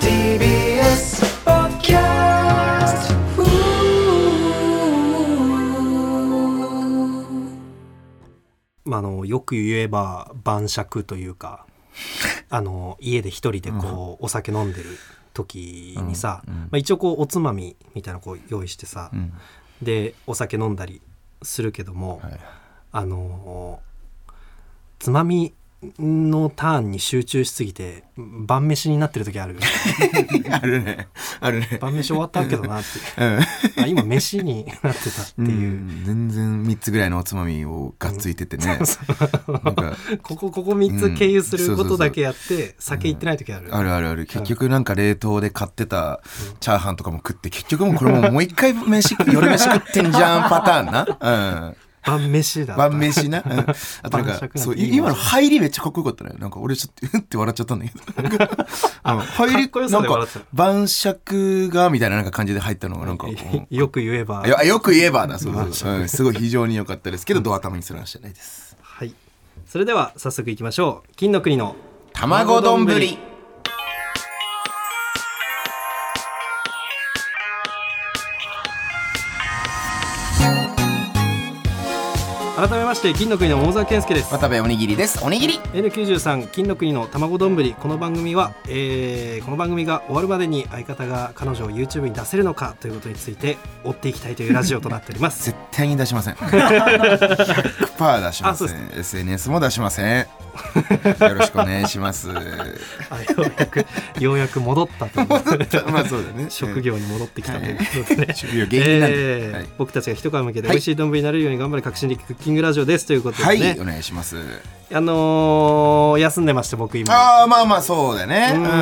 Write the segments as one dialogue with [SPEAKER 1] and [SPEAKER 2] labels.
[SPEAKER 1] TBS ポッドキャスト
[SPEAKER 2] まあ、あのよく言えば晩酌というか あの家で一人でこう、お酒飲んでる時にさ、
[SPEAKER 3] うんうん
[SPEAKER 2] まあ、一応こうおつまみみたいなのこう用意してさ、
[SPEAKER 3] うん
[SPEAKER 2] でお酒飲んだりするけども、
[SPEAKER 3] はい、
[SPEAKER 2] あのつまみのターンに集中しすぎて晩飯になってる時ある よね
[SPEAKER 3] あるねあるね
[SPEAKER 2] 晩飯終わったけどなって
[SPEAKER 3] うん
[SPEAKER 2] いうあ今飯になってたっていう。
[SPEAKER 3] ん全然3つぐらいのおつまみをがっついて てね、なんか
[SPEAKER 2] ここここ3つ経由することだけやって酒行ってない時ある、
[SPEAKER 3] あるあるある結局なんか冷凍で買ってたチャーハンとかも食って結局もうこれもうもう一回飯食夜飯食ってんじゃんパターンな、
[SPEAKER 2] 晩飯
[SPEAKER 3] う
[SPEAKER 2] だ
[SPEAKER 3] ん、
[SPEAKER 2] った
[SPEAKER 3] 晩飯な、うん、あとなん
[SPEAKER 2] 晩酌なん
[SPEAKER 3] か
[SPEAKER 2] て
[SPEAKER 3] そう
[SPEAKER 2] いい
[SPEAKER 3] い
[SPEAKER 2] ね
[SPEAKER 3] 今の入りめっちゃかっこよかったねなんか俺ちょっとうって笑っちゃったんだけ どなんかうん入
[SPEAKER 2] かっこよ
[SPEAKER 3] り
[SPEAKER 2] さ
[SPEAKER 3] なん
[SPEAKER 2] で笑っ
[SPEAKER 3] か
[SPEAKER 2] ちゃった
[SPEAKER 3] 晩酌がみたいななんか感じで入ったのがなんかうん
[SPEAKER 2] よく言えば
[SPEAKER 3] いやよく言えばなそうそうそう、うん、すごい非常に良かったですけどドア玉にする話じゃないです
[SPEAKER 2] はいそれでは早速いきましょう金の国の
[SPEAKER 3] 卵丼ぶり
[SPEAKER 2] 改めまして金の国の桃沢健介です
[SPEAKER 3] 渡部おにぎりですおにぎり
[SPEAKER 2] N93 金の国の卵丼ぶりこの番組は、えーこの番組が終わるまでに相方が彼女を YouTube に出せるのかということについて追っていきたいというラジオとなっておりま す
[SPEAKER 3] 絶対に出し ません100%出し
[SPEAKER 2] あ
[SPEAKER 3] ま
[SPEAKER 2] そ
[SPEAKER 3] せ
[SPEAKER 2] うで
[SPEAKER 3] ん SNS も出しませんよろしくお願いし ます
[SPEAKER 2] あようやくようやく戻った という
[SPEAKER 3] まあそうだね
[SPEAKER 2] 職業に戻ってきたという
[SPEAKER 3] は
[SPEAKER 2] ことでね
[SPEAKER 3] 職業芸人なんで、
[SPEAKER 2] えー僕たちが一皮向けて美味しい丼になれるように頑張る革新的クッキングラジオですということで
[SPEAKER 3] はい、
[SPEAKER 2] ね、
[SPEAKER 3] はい、お願いします
[SPEAKER 2] あのー休んでまして僕今
[SPEAKER 3] ああまあまあそうだね
[SPEAKER 2] う
[SPEAKER 3] うんん、う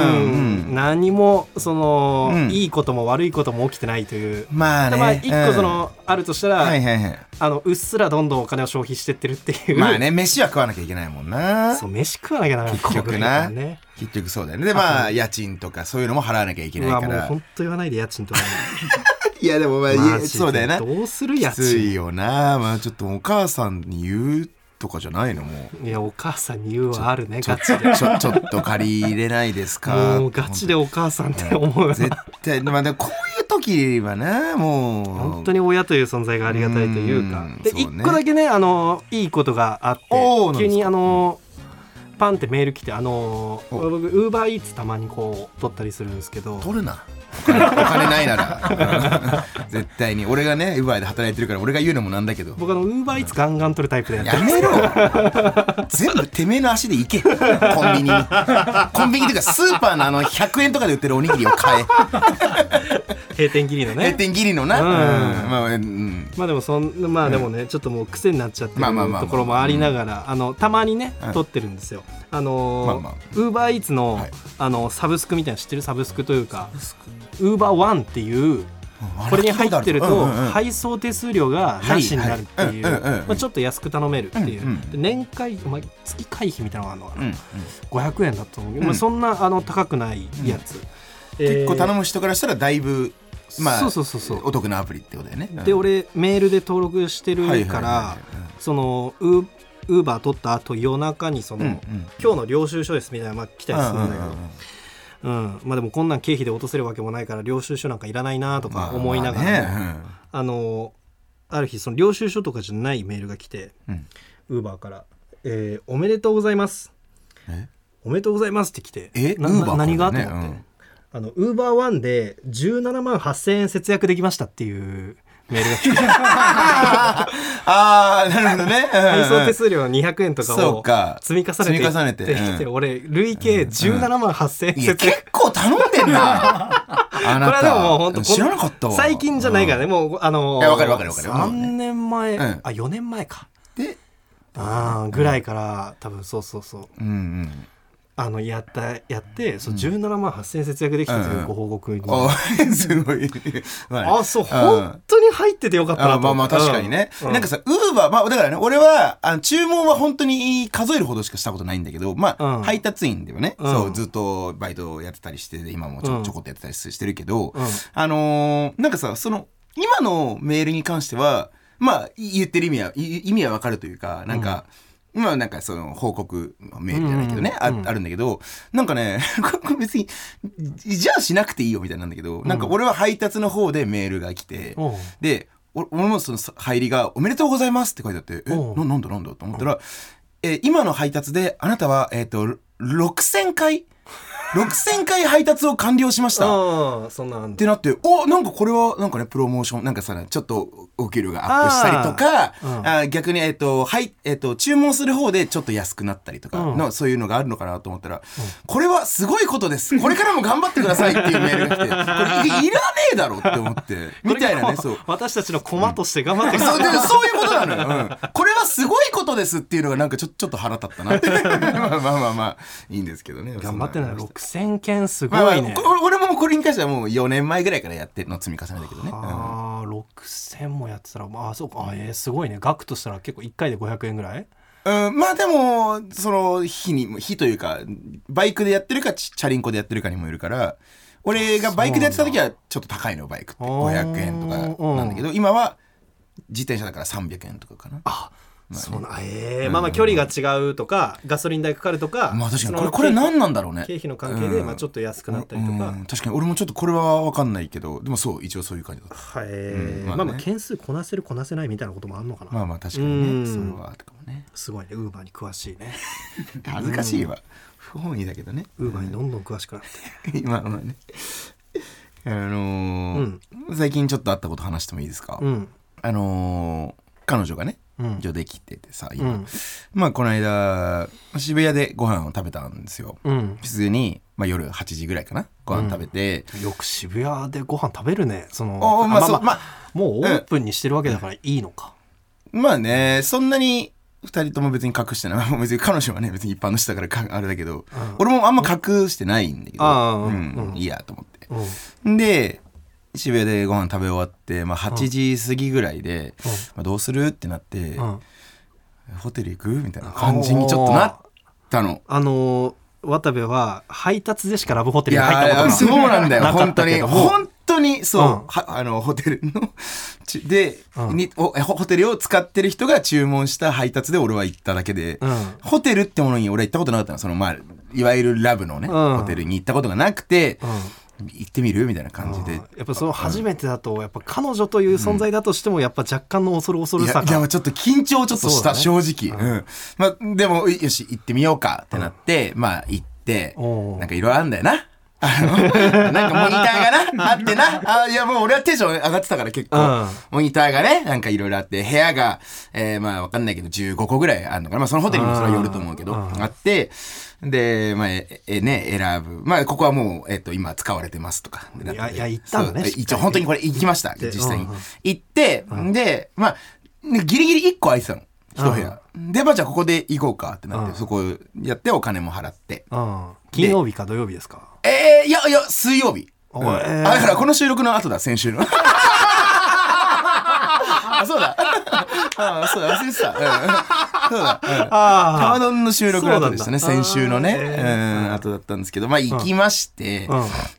[SPEAKER 3] ん
[SPEAKER 2] 何もその、
[SPEAKER 3] うん
[SPEAKER 2] いいことも悪いことも起きてないという、
[SPEAKER 3] まあね
[SPEAKER 2] まあ一個そ
[SPEAKER 3] うん
[SPEAKER 2] の、あるとしたら、
[SPEAKER 3] はいはいはい
[SPEAKER 2] あのうっすらどんどんお金を消費してってるっていう
[SPEAKER 3] まあね飯は食わなきゃいけないもんな
[SPEAKER 2] そう飯食わなきゃならない
[SPEAKER 3] 結局
[SPEAKER 2] だから
[SPEAKER 3] な
[SPEAKER 2] ね
[SPEAKER 3] 結局そうだよねでまあ家賃とかそういうのも払わなきゃいけ
[SPEAKER 2] う
[SPEAKER 3] ない
[SPEAKER 2] わ
[SPEAKER 3] か
[SPEAKER 2] もう
[SPEAKER 3] ら
[SPEAKER 2] 本当言わないで家賃とか
[SPEAKER 3] いやでもまあ い
[SPEAKER 2] マ
[SPEAKER 3] や
[SPEAKER 2] ジで
[SPEAKER 3] そうだよな
[SPEAKER 2] どうする
[SPEAKER 3] き
[SPEAKER 2] 家
[SPEAKER 3] つ
[SPEAKER 2] 賃
[SPEAKER 3] いよなまあちょっとお母さんに言うとかじゃないのも
[SPEAKER 2] いやお母さんに言うはあるね
[SPEAKER 3] ちょ
[SPEAKER 2] ガチで
[SPEAKER 3] ちょ ちょっと借り入れないですか
[SPEAKER 2] もうガチでお母さんって思う
[SPEAKER 3] 本当に絶対まあでもこういう時はなもう
[SPEAKER 2] 本当に親という存在がありがたいというか
[SPEAKER 3] うん
[SPEAKER 2] で
[SPEAKER 3] そうね
[SPEAKER 2] 1個だけねあのいいことがあって
[SPEAKER 3] おーなんですか
[SPEAKER 2] 急にあのパンってメール来てあの
[SPEAKER 3] お
[SPEAKER 2] 僕ウーバーイーツたまにこう取ったりするんですけど
[SPEAKER 3] 取るなお金お金ないなら 絶対に俺がねウーバーで働いてるから俺が言うのもなんだけど
[SPEAKER 2] 僕あのウーバーイーツガンガン取るタイプでやって
[SPEAKER 3] やめろ全部てめえの足で行けコンビニにコンビニというかスーパーのあの100円とかで売ってるおにぎりを買え
[SPEAKER 2] 閉店切りの
[SPEAKER 3] 閉
[SPEAKER 2] ね
[SPEAKER 3] 店ギリのな、
[SPEAKER 2] うん
[SPEAKER 3] うんまあうん、
[SPEAKER 2] まあでもそんまあでもねちょっともう癖になっちゃってる
[SPEAKER 3] まあまあまあまあ
[SPEAKER 2] ところもありながらあのたまにね
[SPEAKER 3] うん
[SPEAKER 2] 取ってるんですよあ
[SPEAKER 3] まあ
[SPEAKER 2] の
[SPEAKER 3] まあ
[SPEAKER 2] ウーバーイーツの
[SPEAKER 3] はい
[SPEAKER 2] あのサブスクみたいなの知ってるサブスクというかウーバーワンっていうこれに入ってると
[SPEAKER 3] うんうんうん
[SPEAKER 2] 配送手数料がなしになるっていう
[SPEAKER 3] はいはいうんうんうん
[SPEAKER 2] まあちょっと安く頼めるっていう
[SPEAKER 3] うんうん
[SPEAKER 2] で年会、まあ、月会費みたいなのがあるのか
[SPEAKER 3] うんう
[SPEAKER 2] なん500円だと思うけど、ま
[SPEAKER 3] う
[SPEAKER 2] あ、
[SPEAKER 3] ん
[SPEAKER 2] そんなあの高くないやつ、
[SPEAKER 3] 結構頼
[SPEAKER 2] む
[SPEAKER 3] む人からしたらだいぶ、まあ、
[SPEAKER 2] そうそうそうそう
[SPEAKER 3] お得なアプリってことだよね。
[SPEAKER 2] で俺メールで登録して
[SPEAKER 3] うん、
[SPEAKER 2] るからそのウーウーバー取った後夜中にそ
[SPEAKER 3] うん
[SPEAKER 2] の、
[SPEAKER 3] うんうん
[SPEAKER 2] 今日の領収書ですみたいなのまあ来たりするんだけど、
[SPEAKER 3] うんうんうん
[SPEAKER 2] うんまあでもこんなん経費で落とせるわけもないから領収書なんかいらないなとか思いながら、
[SPEAKER 3] まあね
[SPEAKER 2] あのある日その領収書とかじゃないメールが来て
[SPEAKER 3] うん
[SPEAKER 2] ウーバーから、えーおめでとうございます
[SPEAKER 3] え」
[SPEAKER 2] おめでとうございますって来て
[SPEAKER 3] え
[SPEAKER 2] な
[SPEAKER 3] Uber
[SPEAKER 2] な何が
[SPEAKER 3] からね
[SPEAKER 2] と思って、
[SPEAKER 3] うん
[SPEAKER 2] あのウーバーワンで17万8000円節約できましたっていうメールが来て
[SPEAKER 3] ああなるほどね。
[SPEAKER 2] 配送手
[SPEAKER 3] 数
[SPEAKER 2] 数料の200円とか
[SPEAKER 3] そう
[SPEAKER 2] を
[SPEAKER 3] か
[SPEAKER 2] 積み重ねて
[SPEAKER 3] 積み重ねて
[SPEAKER 2] できて
[SPEAKER 3] う
[SPEAKER 2] 俺累計17万8000円
[SPEAKER 3] いや
[SPEAKER 2] 節約
[SPEAKER 3] 結構頼んでんな。あ
[SPEAKER 2] これ
[SPEAKER 3] な
[SPEAKER 2] は
[SPEAKER 3] た
[SPEAKER 2] でももう本当
[SPEAKER 3] 知らなかったわ。
[SPEAKER 2] 最近じゃないからね、
[SPEAKER 3] ね。
[SPEAKER 2] もうあの
[SPEAKER 3] いやわかるわかるわかるもうね
[SPEAKER 2] 3年前、
[SPEAKER 3] うん
[SPEAKER 2] あ4年前か
[SPEAKER 3] で、
[SPEAKER 2] あーぐらいから多分そうそうそう
[SPEAKER 3] うんうん。
[SPEAKER 2] あのやったやって、そう17万8000円節約できたというご報告に、
[SPEAKER 3] お すごい。まね
[SPEAKER 2] あそう、
[SPEAKER 3] ん
[SPEAKER 2] 本当に入っててよかったな
[SPEAKER 3] あ
[SPEAKER 2] と
[SPEAKER 3] まあまあ確かにね、なんかさウーバーまあだからね俺はあの注文は本当に数えるほどしかしたことないんだけどまあ、
[SPEAKER 2] うん
[SPEAKER 3] 配達員ではね、
[SPEAKER 2] うん
[SPEAKER 3] そうずっとバイトをやってたりして今もち
[SPEAKER 2] う
[SPEAKER 3] ょ
[SPEAKER 2] ん
[SPEAKER 3] ちょこっとやってたりしてるけど、
[SPEAKER 2] うん
[SPEAKER 3] あのーなんかさその今のメールに関してはまあい言ってる意味はい意味はわかるというかなんか、まあなんかその報告メールじゃないけどね、
[SPEAKER 2] うんうんうん
[SPEAKER 3] ああるんだけど、なんかね、 これ別に、じゃあしなくていいよみたいなんだけど、なんか俺は配達の方でメールが来て、
[SPEAKER 2] おう
[SPEAKER 3] で、お俺もその入りが、おめでとうございますって書いてあって、え、
[SPEAKER 2] おう
[SPEAKER 3] ななんだなんだと思ったら、えー今の配達であなたは、えっ、と、6000回、6000回 配達を完了しました。
[SPEAKER 2] ああそんなんあん
[SPEAKER 3] っ
[SPEAKER 2] だ
[SPEAKER 3] てなって、おなんかこれは、なんかね、プロモーション、なんかさ、ちょっとお給料がアップしたりとか、
[SPEAKER 2] あーうん
[SPEAKER 3] あー逆に、えっ、と、はい、えっ、と、注文する方でちょっと安くなったりとかの、そういうのがあるのかなと思ったら、これはすごいことです。これからも頑張ってくださいっていうメールが来て、これいいらねえだろって 思って、みたいなね、そう。
[SPEAKER 2] 私たちの駒として頑張ってくだ
[SPEAKER 3] そう
[SPEAKER 2] さい
[SPEAKER 3] でもそういうことなのよ、うん、これはすごいことですっていうのがなんかちょちょっと腹立ったなって まあまあまあまあいいんですけどね
[SPEAKER 2] 頑張ってない
[SPEAKER 3] そん話
[SPEAKER 2] 6000件すご
[SPEAKER 3] まあまあ
[SPEAKER 2] いね、
[SPEAKER 3] こ俺もこれに関してはもう4年前ぐらいからやっての積み重ねだけどね。うん
[SPEAKER 2] ああ6000もやってたらまあそうかあえーすごいね額としたら結構1回で500円ぐらい
[SPEAKER 3] うん、まあでも、その、日に、日というか、バイクでやってるか、チチャリンコでやってるかにもよるから、俺がバイクでやってた時はちょっと高いの、バイクって。
[SPEAKER 2] あー
[SPEAKER 3] 500円とかなんだけど、今は自転車だから300円とかかな。
[SPEAKER 2] あそうなえーまあまあ距離が違うとかガソリン代かかるとか
[SPEAKER 3] まあ確か
[SPEAKER 2] そ
[SPEAKER 3] に、これ、
[SPEAKER 2] の
[SPEAKER 3] これ何なんだろうね。
[SPEAKER 2] 経費の関係で、
[SPEAKER 3] うん
[SPEAKER 2] まあ、ちょっと安くなったりとか、
[SPEAKER 3] うん確かに、俺もちょっとこれはわかんないけど、でもそう、一応そういう感じだった。
[SPEAKER 2] はい、
[SPEAKER 3] うんま
[SPEAKER 2] まあ
[SPEAKER 3] あね
[SPEAKER 2] まあ件数こなせるこなせないみたいなこともあんのかな、
[SPEAKER 3] まあまあ確かに
[SPEAKER 2] うん
[SPEAKER 3] ね、それはあったかもね。
[SPEAKER 2] すごいねウーバーに詳しいね
[SPEAKER 3] 恥ずかしいわ。不本意だけどね。
[SPEAKER 2] ウーバーにどんどん詳しくなって
[SPEAKER 3] 今まあねあのー最近ちょっとあったこと話してもいいですか、
[SPEAKER 2] うん
[SPEAKER 3] あのー彼女がね
[SPEAKER 2] うん
[SPEAKER 3] 女できててさ
[SPEAKER 2] う
[SPEAKER 3] 今、
[SPEAKER 2] ん
[SPEAKER 3] まあこの間渋谷でご飯を食べたんですよ
[SPEAKER 2] うん
[SPEAKER 3] 普通に、まあ、夜8時ぐらいかなご飯食べて、
[SPEAKER 2] よく渋谷でご飯食べるねその
[SPEAKER 3] おーまあそうまあ
[SPEAKER 2] もうオープンにしてるわけだからいいのか、
[SPEAKER 3] まあねそんなに2人とも別に隠してない 別に彼女はね別に一般の人だからかあれだけ
[SPEAKER 2] う
[SPEAKER 3] ど、
[SPEAKER 2] ん
[SPEAKER 3] 俺もあんま隠してないんだけど、
[SPEAKER 2] あー
[SPEAKER 3] うん
[SPEAKER 2] うん
[SPEAKER 3] いいやと思って
[SPEAKER 2] うん
[SPEAKER 3] で渋谷でご飯食べ終わって、まあ、8時過ぎぐらいで、
[SPEAKER 2] うん
[SPEAKER 3] まあ、どうするってなって、
[SPEAKER 2] うん、
[SPEAKER 3] ホテル行くみたいな感じにちょっとなったの。
[SPEAKER 2] あのー渡部は配達でしかラブホテ
[SPEAKER 3] い
[SPEAKER 2] ルに入った
[SPEAKER 3] やー
[SPEAKER 2] こと
[SPEAKER 3] そう
[SPEAKER 2] が
[SPEAKER 3] なんだよ
[SPEAKER 2] なか
[SPEAKER 3] 本
[SPEAKER 2] った
[SPEAKER 3] 当
[SPEAKER 2] け
[SPEAKER 3] に
[SPEAKER 2] ども
[SPEAKER 3] 本当にそう、
[SPEAKER 2] うん
[SPEAKER 3] はあのホテルのちで、
[SPEAKER 2] うん
[SPEAKER 3] におえホホテルを使ってる人が注文した配達で俺は行っただけで、
[SPEAKER 2] うん
[SPEAKER 3] ホテルってものに俺は行ったことなかったのそのまあいわゆるラブのね、
[SPEAKER 2] うん
[SPEAKER 3] ホテルに行ったことがなくて、
[SPEAKER 2] うん
[SPEAKER 3] 行ってみるみたいな感じで
[SPEAKER 2] やっぱその初めてだとやっぱ彼女という存在だとしてもやっぱ若干の恐る恐
[SPEAKER 3] い
[SPEAKER 2] るさ
[SPEAKER 3] やいや
[SPEAKER 2] が
[SPEAKER 3] ちょっと緊張ちょっとした、
[SPEAKER 2] そう
[SPEAKER 3] 正直、うんまあ、でもよし行ってみようかってなって、まあ行って
[SPEAKER 2] おう
[SPEAKER 3] なんかいろいろあるんだよなあの なんかモニターがなあってなあいやもう俺はテンション上がってたから結構、
[SPEAKER 2] うん
[SPEAKER 3] モニターがねなんかいろいろあって部屋が、えーまあわかんないけど15個ぐらいあるのかな、まあ、そのホテルにもそれはよると思うけど
[SPEAKER 2] うん
[SPEAKER 3] あってで、まあええね、選ぶ、まあ、ここはもう、えっと今使われてますとか
[SPEAKER 2] いやいや行ったのね
[SPEAKER 3] そう
[SPEAKER 2] しっかりね
[SPEAKER 3] 一応本当にこれ行きました
[SPEAKER 2] で
[SPEAKER 3] 実際に
[SPEAKER 2] うんうん
[SPEAKER 3] 行って、で、まあ、ねギリギリ1個空いてたの。一部屋。で、まあじゃあここで行こうかってなって、
[SPEAKER 2] うん
[SPEAKER 3] そこやってお金も払って。
[SPEAKER 2] うん金曜日か土曜日ですか
[SPEAKER 3] えー、いやいや、水曜日。
[SPEAKER 2] お
[SPEAKER 3] う
[SPEAKER 2] い
[SPEAKER 3] ん
[SPEAKER 2] えー
[SPEAKER 3] あだからこの収録の後だ、先週 の。あ、そうだ。 あ、そうだ、忘れてた。うん、そうだ。うんタワ
[SPEAKER 2] あ
[SPEAKER 3] ドンの収録の後でしたね、
[SPEAKER 2] そうなんだ
[SPEAKER 3] 先週の
[SPEAKER 2] あ
[SPEAKER 3] ね、
[SPEAKER 2] ー
[SPEAKER 3] うん、後だったんですけど、まあ行きまして、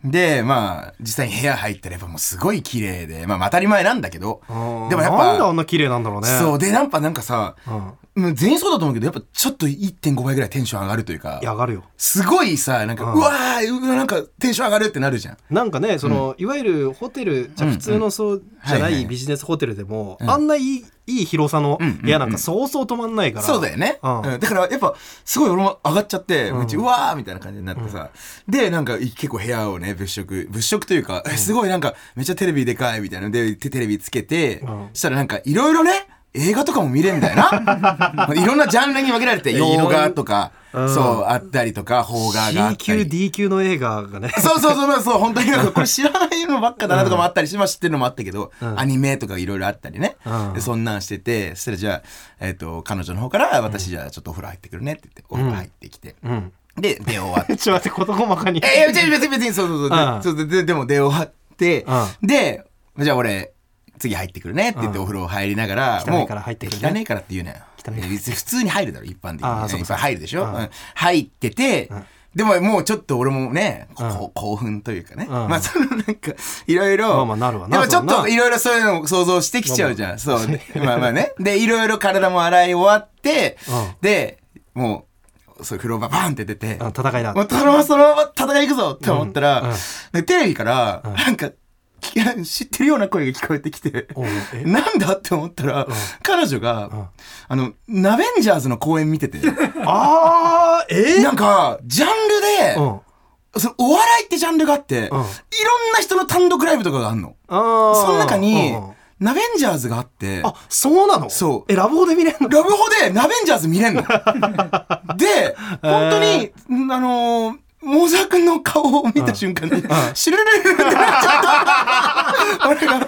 [SPEAKER 3] で、まあ、実際に部屋入ったらやっぱもうすごい綺麗で、まあ当たり前なんだけど、
[SPEAKER 2] あ
[SPEAKER 3] でもやっぱ
[SPEAKER 2] なんであんな綺麗なんだろうね
[SPEAKER 3] そう、で、なんかなんかさ、
[SPEAKER 2] うん
[SPEAKER 3] もう全員そうだと思うけど、やっぱちょっと1.5倍ぐらいテンション上がるというか
[SPEAKER 2] い、や上がるよ
[SPEAKER 3] すごいさ、なんか、
[SPEAKER 2] う
[SPEAKER 3] うんわー、うわなんかテンション上がるってなるじゃん。
[SPEAKER 2] なんかねその、いわゆるホテルじゃ
[SPEAKER 3] うん
[SPEAKER 2] 普通のそうじゃな
[SPEAKER 3] はいはいい
[SPEAKER 2] ビジネスホテルでも、
[SPEAKER 3] うん
[SPEAKER 2] あんないいいい広さの
[SPEAKER 3] うん
[SPEAKER 2] 部屋なんかそうそう泊まんないから、
[SPEAKER 3] そうだよね。
[SPEAKER 2] うん
[SPEAKER 3] うんだから、やっぱ、すごい俺も上がっちゃって、
[SPEAKER 2] うん
[SPEAKER 3] うち、うわーみたいな感じになってさ。で、なんか、い結構部屋をね、物色、物色というか、えすごいなんか、めっちゃテレビでかいみたいなので、テテレビつけて、
[SPEAKER 2] うん
[SPEAKER 3] したらなんか、いろいろね、映画とかも見れるみたいな。 いろんなジャンルに分 けられて、洋画とか、
[SPEAKER 2] うん
[SPEAKER 3] そう、あったりとか、邦画があっ
[SPEAKER 2] C
[SPEAKER 3] た
[SPEAKER 2] 級
[SPEAKER 3] り。
[SPEAKER 2] D 級の映画がね
[SPEAKER 3] そうそうそう、まあそう、本当になんかこれ知らないのばっかだなとかもあったりし、まあ知ってるのもあったけど、
[SPEAKER 2] うん
[SPEAKER 3] アニメとかいろいろあったりね、
[SPEAKER 2] うん
[SPEAKER 3] でそんなんしてて、そしたらじゃあ、えっ、と、彼女の方から、私じゃあちょっとお風呂入ってくるねって言って、お風呂入ってきて、
[SPEAKER 2] うん
[SPEAKER 3] で、出終わって。
[SPEAKER 2] ちょっと待って事細かに
[SPEAKER 3] え、いや、別に別に別に、そうそうそう
[SPEAKER 2] うん
[SPEAKER 3] そうで、ででも出終わって、
[SPEAKER 2] う
[SPEAKER 3] で、じゃあ俺、次入ってくるねって言って
[SPEAKER 2] うん
[SPEAKER 3] お風呂入りながら、
[SPEAKER 2] 汚いから入ってくるね
[SPEAKER 3] もう汚いからって言うなよ。
[SPEAKER 2] 汚いから
[SPEAKER 3] や別に普通に入るだろ、一般的に、
[SPEAKER 2] あーそうか
[SPEAKER 3] いっぱい入るでしょ、
[SPEAKER 2] うん
[SPEAKER 3] うん入ってて、
[SPEAKER 2] うん
[SPEAKER 3] でももうちょっと俺もね、こ
[SPEAKER 2] うん
[SPEAKER 3] こ興奮というかね。
[SPEAKER 2] ん
[SPEAKER 3] まあそのなんか、いろいろ。
[SPEAKER 2] まあまあなるわな
[SPEAKER 3] でもちょっ
[SPEAKER 2] そう
[SPEAKER 3] と
[SPEAKER 2] ない
[SPEAKER 3] ろいろそういうのを想像してきちゃうじゃん。そう。まあまあね。で、いろいろ体も洗い終わって
[SPEAKER 2] うん、
[SPEAKER 3] で、もう、そういう風呂場バンって出て、
[SPEAKER 2] あ戦いだ
[SPEAKER 3] もうそのままそのまま戦い行くぞって思ったら、
[SPEAKER 2] うんうん
[SPEAKER 3] でテレビから、
[SPEAKER 2] ん
[SPEAKER 3] なんか、き 知ってるような声が聞こえてきて、
[SPEAKER 2] おうえ
[SPEAKER 3] なんだって思ったら、彼女が、
[SPEAKER 2] ん
[SPEAKER 3] あの、ナベンジャーズの公演見てて、
[SPEAKER 2] あーえ
[SPEAKER 3] なんか、ジャンルで、
[SPEAKER 2] うん
[SPEAKER 3] そのお笑いってジャンルがあって、いろんな人の単独ライブとかがあるの。
[SPEAKER 2] あー
[SPEAKER 3] その中に
[SPEAKER 2] うんうん、
[SPEAKER 3] ナベンジャーズがあって、
[SPEAKER 2] あそうなの
[SPEAKER 3] そう
[SPEAKER 2] えラブホで見れんの
[SPEAKER 3] ラブホでナベンジャーズ見れ んの。で、本当に、んあのー、モーザー君の顔を見た瞬間に、シュルルルル ってなっちゃった。俺が、ごめん
[SPEAKER 2] 申し
[SPEAKER 3] ね、モーザ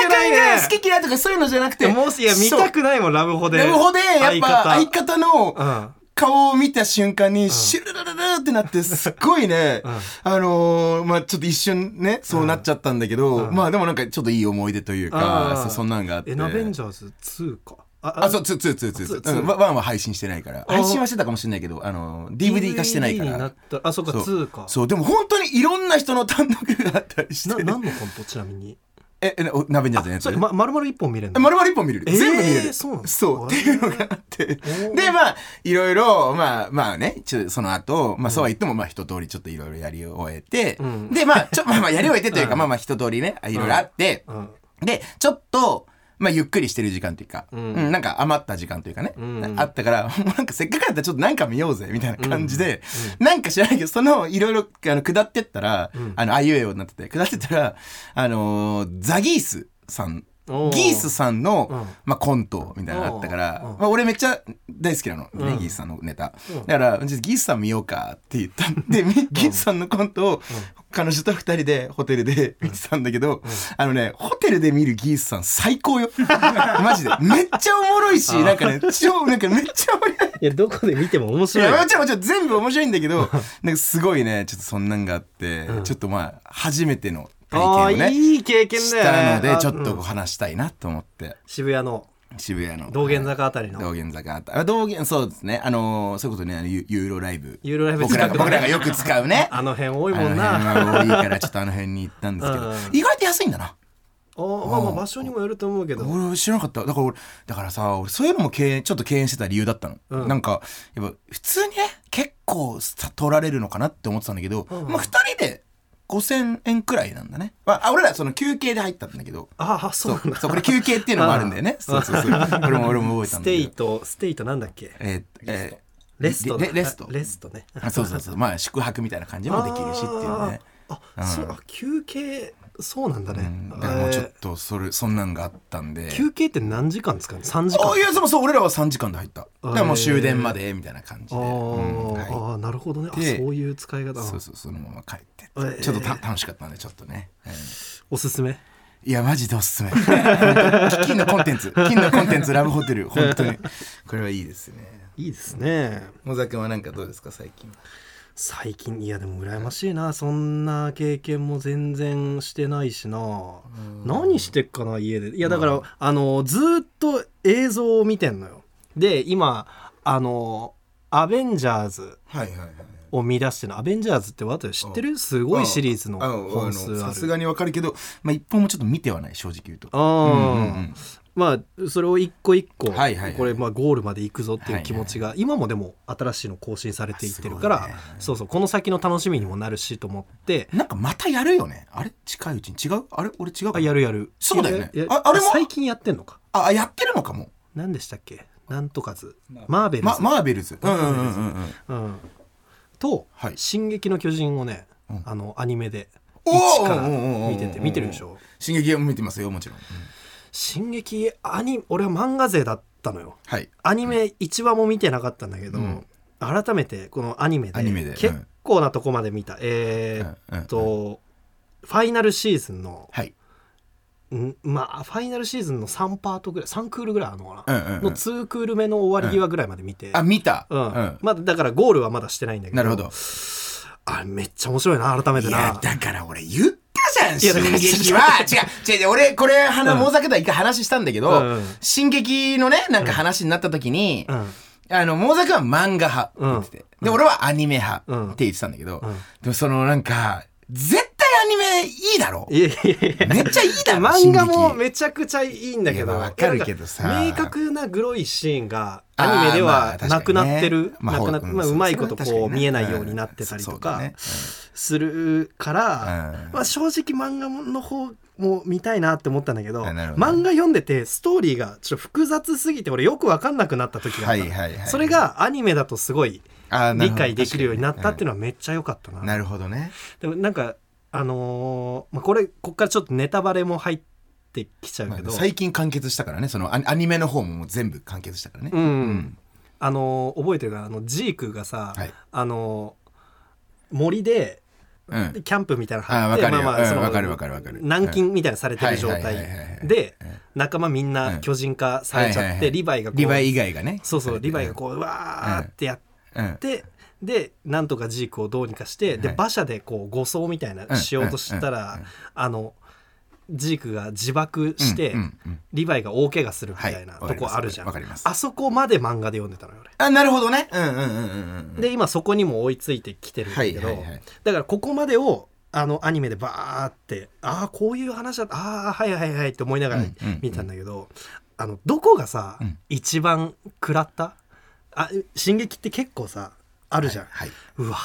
[SPEAKER 2] 訳
[SPEAKER 3] ー
[SPEAKER 2] ないね
[SPEAKER 3] 君が好き嫌いとかそういうのじゃなくて、
[SPEAKER 2] もしいや見たくないもんラブホで
[SPEAKER 3] ラブホで、やっぱ相
[SPEAKER 2] 相
[SPEAKER 3] 方の、
[SPEAKER 2] 方
[SPEAKER 3] 顔を見た瞬間に、シュルルルルルってなって、すっごいね、あのー、まあちょっと一瞬ね、そうなっちゃったんだけど、まあでもなんかちょっといい思い出という
[SPEAKER 2] あ
[SPEAKER 3] か
[SPEAKER 2] ー、
[SPEAKER 3] そそんなんがあっ
[SPEAKER 2] うん
[SPEAKER 3] て。
[SPEAKER 2] エナベンジャーズ2かあ
[SPEAKER 3] あ、そう、ツー、ツー、ツー、ツ
[SPEAKER 2] ツー
[SPEAKER 3] ー。
[SPEAKER 2] ツー
[SPEAKER 3] うんワンワンは配信してないから。配信はしてたかもしれないけど、あの、DVD 化してないか
[SPEAKER 2] DVD にな
[SPEAKER 3] ら
[SPEAKER 2] っ。たあそうか
[SPEAKER 3] そう
[SPEAKER 2] 2か
[SPEAKER 3] そう、でも本当にいろんな人の単独があったりし
[SPEAKER 2] な
[SPEAKER 3] て。
[SPEAKER 2] 何のコントちなみに
[SPEAKER 3] え、え、お鍋になったやつ
[SPEAKER 2] それ、ま、丸々一本見れるの
[SPEAKER 3] 丸々一本見れる。
[SPEAKER 2] えー
[SPEAKER 3] 全部見れる。
[SPEAKER 2] そうなの
[SPEAKER 3] っていうのがあって。
[SPEAKER 2] ー
[SPEAKER 3] で、まあ、いろいろ、まあ、まあね、ちょその後、まあ、そうは言っても、まあ、一通りちょっといろいろやり終えて、
[SPEAKER 2] うん
[SPEAKER 3] で、まあ、ちょ、まあまあ、やり終えてというか、まあまあ、一通りね、いろいろあって、
[SPEAKER 2] うん
[SPEAKER 3] で、ちょっと、まあ、ゆっくりしてる時間というか、
[SPEAKER 2] うん
[SPEAKER 3] うんなんか余った時間というかね、
[SPEAKER 2] うん
[SPEAKER 3] あったから、も うなんかせっかくだったらちょっとなんか見ようぜ、みたいな感じで、なんか知らないけど、その、いろいろ、あの、下ってったら、あの、あいうえおになってて、下ってったら、あのーザギースさん、
[SPEAKER 2] おー
[SPEAKER 3] ギースさんの、
[SPEAKER 2] うん
[SPEAKER 3] まあ、コントみたいなのがあったから、
[SPEAKER 2] おーうん
[SPEAKER 3] まあ、俺めっちゃ大好きなの、ねギースさんのネタ。だから、じゃあギースさん見ようかって言ったんで、みギースさんのコントを、彼女と二人でホテルで見てたんだけど、あのね、ホテルで見るギースさん最高よ。 マジで。めっちゃおもろいし、なんかね、超、なんかめっちゃおもろい。
[SPEAKER 2] いやどこで見ても面
[SPEAKER 3] い
[SPEAKER 2] 白い
[SPEAKER 3] やもちろんもちろん全部面白いんだけどなんかすごいねちょっとそんなんがあって、ちょっとまあ初めての体験
[SPEAKER 2] あ
[SPEAKER 3] を
[SPEAKER 2] あ
[SPEAKER 3] ね
[SPEAKER 2] ーいい経験
[SPEAKER 3] し
[SPEAKER 2] だ
[SPEAKER 3] た
[SPEAKER 2] よ
[SPEAKER 3] の
[SPEAKER 2] ね
[SPEAKER 3] で
[SPEAKER 2] あ
[SPEAKER 3] ちょっ
[SPEAKER 2] う
[SPEAKER 3] と
[SPEAKER 2] ん
[SPEAKER 3] こう話したいなと思って、
[SPEAKER 2] 渋谷の
[SPEAKER 3] 渋谷の
[SPEAKER 2] 道玄坂あたり
[SPEAKER 3] 道
[SPEAKER 2] の
[SPEAKER 3] 玄坂あたあ道玄そうですねあのーそういうことねあのユユーロライブ
[SPEAKER 2] ユーロライブ
[SPEAKER 3] 僕
[SPEAKER 2] 近
[SPEAKER 3] ら
[SPEAKER 2] く
[SPEAKER 3] が
[SPEAKER 2] の
[SPEAKER 3] 僕らがよく使うね
[SPEAKER 2] あの辺多い
[SPEAKER 3] あ
[SPEAKER 2] も
[SPEAKER 3] の
[SPEAKER 2] ん
[SPEAKER 3] 辺
[SPEAKER 2] な
[SPEAKER 3] は多いからちょっとあの辺に行ったんですけ
[SPEAKER 2] う
[SPEAKER 3] ど
[SPEAKER 2] ん
[SPEAKER 3] 意外と安いんだな
[SPEAKER 2] おまあまあ場所にもよると思うけど
[SPEAKER 3] 俺知らなかっただから俺だからさ俺そういうのも敬遠ちょっと敬遠してた理由だったの、
[SPEAKER 2] うん
[SPEAKER 3] なんかやっぱ普通にね結構さ取られるのかなって思ってたんだけど、
[SPEAKER 2] うん
[SPEAKER 3] まあ、2人で5,000円くらいなんだね、まあ、俺らその休憩で入ったんだけど
[SPEAKER 2] ああそうなんだ
[SPEAKER 3] そうこれ休憩っていうのもあるんだ よねそうそうそうこれも俺も覚えた
[SPEAKER 2] ス
[SPEAKER 3] ん
[SPEAKER 2] テ
[SPEAKER 3] だけ
[SPEAKER 2] イ
[SPEAKER 3] ど
[SPEAKER 2] とステイとなんだっけ
[SPEAKER 3] えーえー
[SPEAKER 2] レストだ
[SPEAKER 3] レレスト
[SPEAKER 2] レストね
[SPEAKER 3] あそうそうそうまあ宿泊みたいな感じもできるしっていうね
[SPEAKER 2] あーあそうあ休憩そうなんだね
[SPEAKER 3] うんだからもうちょっとそれそんなんがあったんで
[SPEAKER 2] えー休憩って何時間ですかね3時間
[SPEAKER 3] あいやでもそう俺らは3時間で入っただからもう
[SPEAKER 2] へー
[SPEAKER 3] 終電までみたいな感じ
[SPEAKER 2] あ
[SPEAKER 3] で、
[SPEAKER 2] ー、
[SPEAKER 3] うんはい
[SPEAKER 2] あーなるほどねあそう
[SPEAKER 3] で
[SPEAKER 2] いう使い方
[SPEAKER 3] そうそうそのまま帰ってって、
[SPEAKER 2] えー
[SPEAKER 3] ちょっとた楽しかったんでちょっとね、えー
[SPEAKER 2] おすすめ
[SPEAKER 3] いやマジでおすすめ本当金のコンテンツ金のコンテンツラブホテル本当にこれはいいですね
[SPEAKER 2] いいですね
[SPEAKER 3] 野沢君はなんかどうですか最近
[SPEAKER 2] 最近いやでも羨ましいなそんな経験も全然してないしな何してっかな家でいやだから、あのずーっと映像を見てんのよで今あの「アベンジャーズ
[SPEAKER 3] はいはいはい」
[SPEAKER 2] を見出してるの「アベンジャーズ」ってわた知ってるすごいシリーズの本数あ
[SPEAKER 3] さ
[SPEAKER 2] る
[SPEAKER 3] すがにわかるけど、まあ、一本もちょっと見てはない正直言うと
[SPEAKER 2] あー
[SPEAKER 3] うんうんうん
[SPEAKER 2] まあそれを一個一個、
[SPEAKER 3] はいはいはい
[SPEAKER 2] これまあゴールまで行くぞっていう気持ちが、今もでも新しいの更新されていってるから、
[SPEAKER 3] すごいね
[SPEAKER 2] そうそうこの先の楽しみにもなるしと思って
[SPEAKER 3] なんかまたやるよねあれ近いうちに違うあれ俺違う
[SPEAKER 2] あ
[SPEAKER 3] かな
[SPEAKER 2] やるやる
[SPEAKER 3] そうだよね
[SPEAKER 2] いやいや
[SPEAKER 3] ああれも
[SPEAKER 2] 最近やってんのか
[SPEAKER 3] ああやってるのかも
[SPEAKER 2] 何でしたっけなんとかずマーベル
[SPEAKER 3] ま
[SPEAKER 2] ズ、
[SPEAKER 3] マーベルズうんうんうんうんうん
[SPEAKER 2] うん、と、
[SPEAKER 3] はい
[SPEAKER 2] 進撃の巨人」をね、
[SPEAKER 3] うん
[SPEAKER 2] あのアニメで
[SPEAKER 3] おー
[SPEAKER 2] 一から
[SPEAKER 3] うんうんうんうん
[SPEAKER 2] 見てて見てるでしょ
[SPEAKER 3] 進撃は見てますよもちろん、うん
[SPEAKER 2] 進撃アニ俺は漫画勢だったのよ
[SPEAKER 3] はい
[SPEAKER 2] アニメ1話も見てなかったんだけど、
[SPEAKER 3] うん
[SPEAKER 2] 改めてこのアニメで
[SPEAKER 3] アニメでうん
[SPEAKER 2] 結構なとこまで見た、えー
[SPEAKER 3] うんうん
[SPEAKER 2] っと、ファイナルシーズンの
[SPEAKER 3] はい
[SPEAKER 2] んまあファイナルシーズンの3パートぐらい3クールぐらいあるのかな、
[SPEAKER 3] うんうんうん
[SPEAKER 2] の2クール目の終わり際ぐらいまで見て、
[SPEAKER 3] あ見た
[SPEAKER 2] うんまだだからゴールはまだしてないんだけど
[SPEAKER 3] なるほど
[SPEAKER 2] あれめっちゃ面白いな改めて
[SPEAKER 3] い
[SPEAKER 2] な
[SPEAKER 3] やだから俺言ったじゃ
[SPEAKER 2] い
[SPEAKER 3] ん
[SPEAKER 2] やだから
[SPEAKER 3] 進 撃は違う違う違う俺これ花もざけた一回話したんだけど、
[SPEAKER 2] うん
[SPEAKER 3] 進撃のねなんか話になった時に、
[SPEAKER 2] うん
[SPEAKER 3] あのもざくは漫画派って言ってて、で、俺はアニメ
[SPEAKER 2] うん
[SPEAKER 3] 派って言ってたんだけど、
[SPEAKER 2] うん
[SPEAKER 3] でもそのなんか、絶対アニメいいだろ
[SPEAKER 2] いやいやいや
[SPEAKER 3] めっちゃいいだろ
[SPEAKER 2] 漫画も
[SPEAKER 3] 進撃
[SPEAKER 2] めちゃくちゃいいんだけ
[SPEAKER 3] い
[SPEAKER 2] ど
[SPEAKER 3] やわかるけどさ
[SPEAKER 2] なんか明確なグロいシーンが
[SPEAKER 3] あー
[SPEAKER 2] アニメでは
[SPEAKER 3] まあ
[SPEAKER 2] なくなってる、
[SPEAKER 3] まあ
[SPEAKER 2] なくな
[SPEAKER 3] ほ
[SPEAKER 2] まあ、
[SPEAKER 3] ん
[SPEAKER 2] うまいこと
[SPEAKER 3] それ
[SPEAKER 2] こ
[SPEAKER 3] は
[SPEAKER 2] う
[SPEAKER 3] 確かにね
[SPEAKER 2] 見えないようになってたりと
[SPEAKER 3] うん
[SPEAKER 2] か
[SPEAKER 3] そ
[SPEAKER 2] するから、
[SPEAKER 3] うん
[SPEAKER 2] まあ、正直漫画の方も見たいなって思ったんだけど
[SPEAKER 3] あなるほど
[SPEAKER 2] 漫画読んでてストーリーがちょっと複雑すぎて俺よく分かんなくなった時があったの、
[SPEAKER 3] はいはいはい
[SPEAKER 2] それがアニメだとすごい
[SPEAKER 3] あーな
[SPEAKER 2] 理
[SPEAKER 3] るほど
[SPEAKER 2] 解できるようになったっていうのはめっちゃ良かったな。
[SPEAKER 3] なるほどね。
[SPEAKER 2] でもなんかあのーまあ、これこっからちょっとネタバレも入ってきちゃう
[SPEAKER 3] ま
[SPEAKER 2] け
[SPEAKER 3] あ
[SPEAKER 2] ど、
[SPEAKER 3] 最近完結したからね、そのアアニメの方ももう全部完結したからね。
[SPEAKER 2] うん、あのー覚えてるかなあのジークがさ、
[SPEAKER 3] はい
[SPEAKER 2] あのー森で
[SPEAKER 3] うん
[SPEAKER 2] でキャンプみたいなの
[SPEAKER 3] あ
[SPEAKER 2] 張
[SPEAKER 3] わ
[SPEAKER 2] って
[SPEAKER 3] かるよ。
[SPEAKER 2] まあまあ
[SPEAKER 3] う
[SPEAKER 2] そ
[SPEAKER 3] ん
[SPEAKER 2] の
[SPEAKER 3] わかるわかるわかる。
[SPEAKER 2] 軟禁みたいなのされてる状
[SPEAKER 3] はいはいはいはいは
[SPEAKER 2] 態
[SPEAKER 3] い
[SPEAKER 2] で
[SPEAKER 3] うん
[SPEAKER 2] 仲間みんな巨人化されちゃって、
[SPEAKER 3] はいはいはい
[SPEAKER 2] リヴァイがこう
[SPEAKER 3] リヴァイ以外がね。
[SPEAKER 2] そうそうリヴァイがこううわーってやっ
[SPEAKER 3] うん。うん
[SPEAKER 2] て、でなんとかジークをどうにかして、で
[SPEAKER 3] はい
[SPEAKER 2] 馬車でこう護送みたいなしようとしたら、
[SPEAKER 3] うんうんうん
[SPEAKER 2] あのジークが自爆して、
[SPEAKER 3] うんうんうん
[SPEAKER 2] リヴァイが大怪我するみたいな
[SPEAKER 3] は
[SPEAKER 2] と
[SPEAKER 3] い
[SPEAKER 2] こあるじゃん、
[SPEAKER 3] わかります
[SPEAKER 2] あそこまで漫画で読んでたのよ俺
[SPEAKER 3] あ、なるほどね。うんうんうんうんうん。
[SPEAKER 2] で今そこにも追いついてきてるんだけど、
[SPEAKER 3] はいはいはい
[SPEAKER 2] だからここまでをあのアニメでバーってああこういう話だったああはいはいはいって思いながら
[SPEAKER 3] うんうんうん
[SPEAKER 2] 見たんだけど、あのどこがさ、
[SPEAKER 3] うん
[SPEAKER 2] 一番食らったあ進撃って結構さあるじゃん、
[SPEAKER 3] はい。
[SPEAKER 2] うわ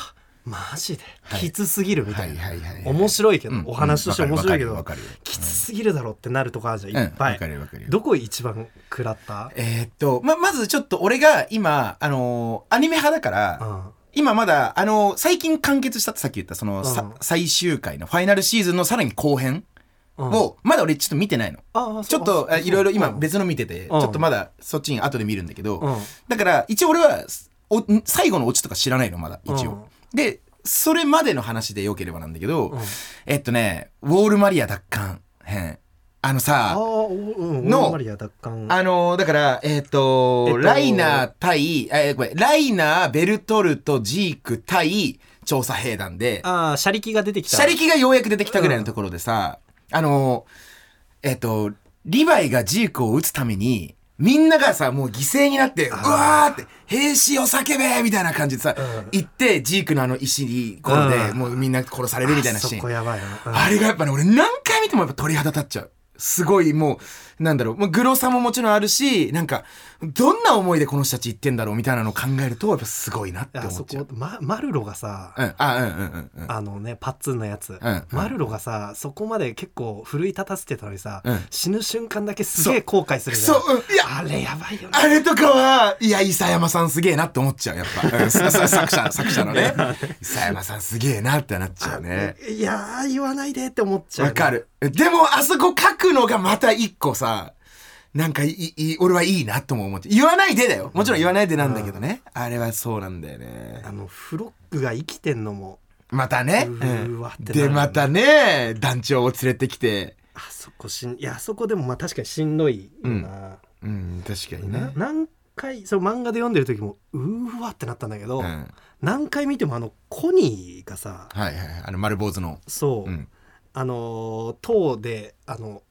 [SPEAKER 2] マジで
[SPEAKER 3] はい
[SPEAKER 2] きつすぎるみたいな、
[SPEAKER 3] はいはいはいはい
[SPEAKER 2] 面白いけど、
[SPEAKER 3] うん
[SPEAKER 2] お話として面白いけど、
[SPEAKER 3] わかるわかる
[SPEAKER 2] きつすぎるだろってなるとこあるじゃん、いっぱ
[SPEAKER 3] うんわかる
[SPEAKER 2] い
[SPEAKER 3] よわかるよ
[SPEAKER 2] どこ一番食らった
[SPEAKER 3] えーっと、ま、まずちょっと俺が今、あのーアニメ派だから、
[SPEAKER 2] う
[SPEAKER 3] 今まだ、あのー最近完結したってさっき言った、その、
[SPEAKER 2] ん
[SPEAKER 3] さ最終回のファイナルシーズンのさらに後編
[SPEAKER 2] んうん
[SPEAKER 3] を、まだ俺ちょっと見てないの。
[SPEAKER 2] ああ
[SPEAKER 3] ち
[SPEAKER 2] そ
[SPEAKER 3] ょっ
[SPEAKER 2] う
[SPEAKER 3] と、
[SPEAKER 2] あ
[SPEAKER 3] あいろいろ今
[SPEAKER 2] うん
[SPEAKER 3] 別の見てて、ち
[SPEAKER 2] うん
[SPEAKER 3] ょっとまだそっちに後で見るんだけど、
[SPEAKER 2] うん
[SPEAKER 3] だから一応俺はおん最後のオチとか知らないのまだ一応、でそれまでの話でよければなんだけど、
[SPEAKER 2] うん
[SPEAKER 3] えっとねウォールマリア奪還編あの
[SPEAKER 2] ああ
[SPEAKER 3] さ
[SPEAKER 2] おうん
[SPEAKER 3] の
[SPEAKER 2] オーマリア奪還
[SPEAKER 3] あのーだからえっと,、
[SPEAKER 2] えっと
[SPEAKER 3] ライナー対えこれライナーベルトルトジーク対調査兵団で
[SPEAKER 2] ああ車力が出てきた
[SPEAKER 3] 車力がようやく出てきたぐらいのところでさ、あのーえっとリヴァイがジークを撃つためにみんながさもう犠牲になってうわーって兵士を叫べみたいな感じでさ、
[SPEAKER 2] うん
[SPEAKER 3] 行ってジークのあの石に転んで、
[SPEAKER 2] うん
[SPEAKER 3] もうみんな殺されるみたいなシ
[SPEAKER 2] あそ
[SPEAKER 3] ー
[SPEAKER 2] こ
[SPEAKER 3] ン
[SPEAKER 2] やばいな、うん
[SPEAKER 3] あれがやっぱね俺何回見てもやっぱ鳥肌立っちゃうすごいもうなんだろう、まあ、グロさももちろんあるしなんかどんな思いでこの人たち行ってんだろうみたいなのを考えるとやっぱすごいなって
[SPEAKER 2] あ
[SPEAKER 3] 思
[SPEAKER 2] そ
[SPEAKER 3] っちゃ
[SPEAKER 2] こ
[SPEAKER 3] う。
[SPEAKER 2] まマルロがさ、
[SPEAKER 3] うん、あうんうんうんうん
[SPEAKER 2] あのねパッツンのやつ、
[SPEAKER 3] うん
[SPEAKER 2] マルロがさそこまで結構奮い立たせてたのにさ、
[SPEAKER 3] うん
[SPEAKER 2] 死ぬ瞬間だけすげえ後悔するじゃん
[SPEAKER 3] そううんいや
[SPEAKER 2] あれやばいよね
[SPEAKER 3] あれとかは、いや、伊佐山さんすげえなって思っちゃう、やっぱ。うんささ作者、作者の ね。伊佐山さんすげえなってなっちゃうね。
[SPEAKER 2] いやー言わないでって思っちゃう
[SPEAKER 3] わかる。でも、あそこ書くのがまた一個さ、なんかいい、いい俺はいいなとも思って。言わないでだよ。もちろん言わないでなんだけどね。あれはそうなんだよね
[SPEAKER 2] あ。のフロックが生きてんのも
[SPEAKER 3] またね。
[SPEAKER 2] う
[SPEAKER 3] う
[SPEAKER 2] ーわ
[SPEAKER 3] ん
[SPEAKER 2] ってなるよね
[SPEAKER 3] で、またね、団長を連れてきて。
[SPEAKER 2] あそこしんいやあそこでもまあ確かにしんどいよな、
[SPEAKER 3] うん、確かに
[SPEAKER 2] な
[SPEAKER 3] ね。
[SPEAKER 2] 何回その漫画で読んでる時もうーわってなったんだけど、
[SPEAKER 3] うん。はい
[SPEAKER 2] 何回見てもあのコニーがさ
[SPEAKER 3] はいはい。あの、丸坊主の。
[SPEAKER 2] そう、
[SPEAKER 3] うん。
[SPEAKER 2] あのー塔であの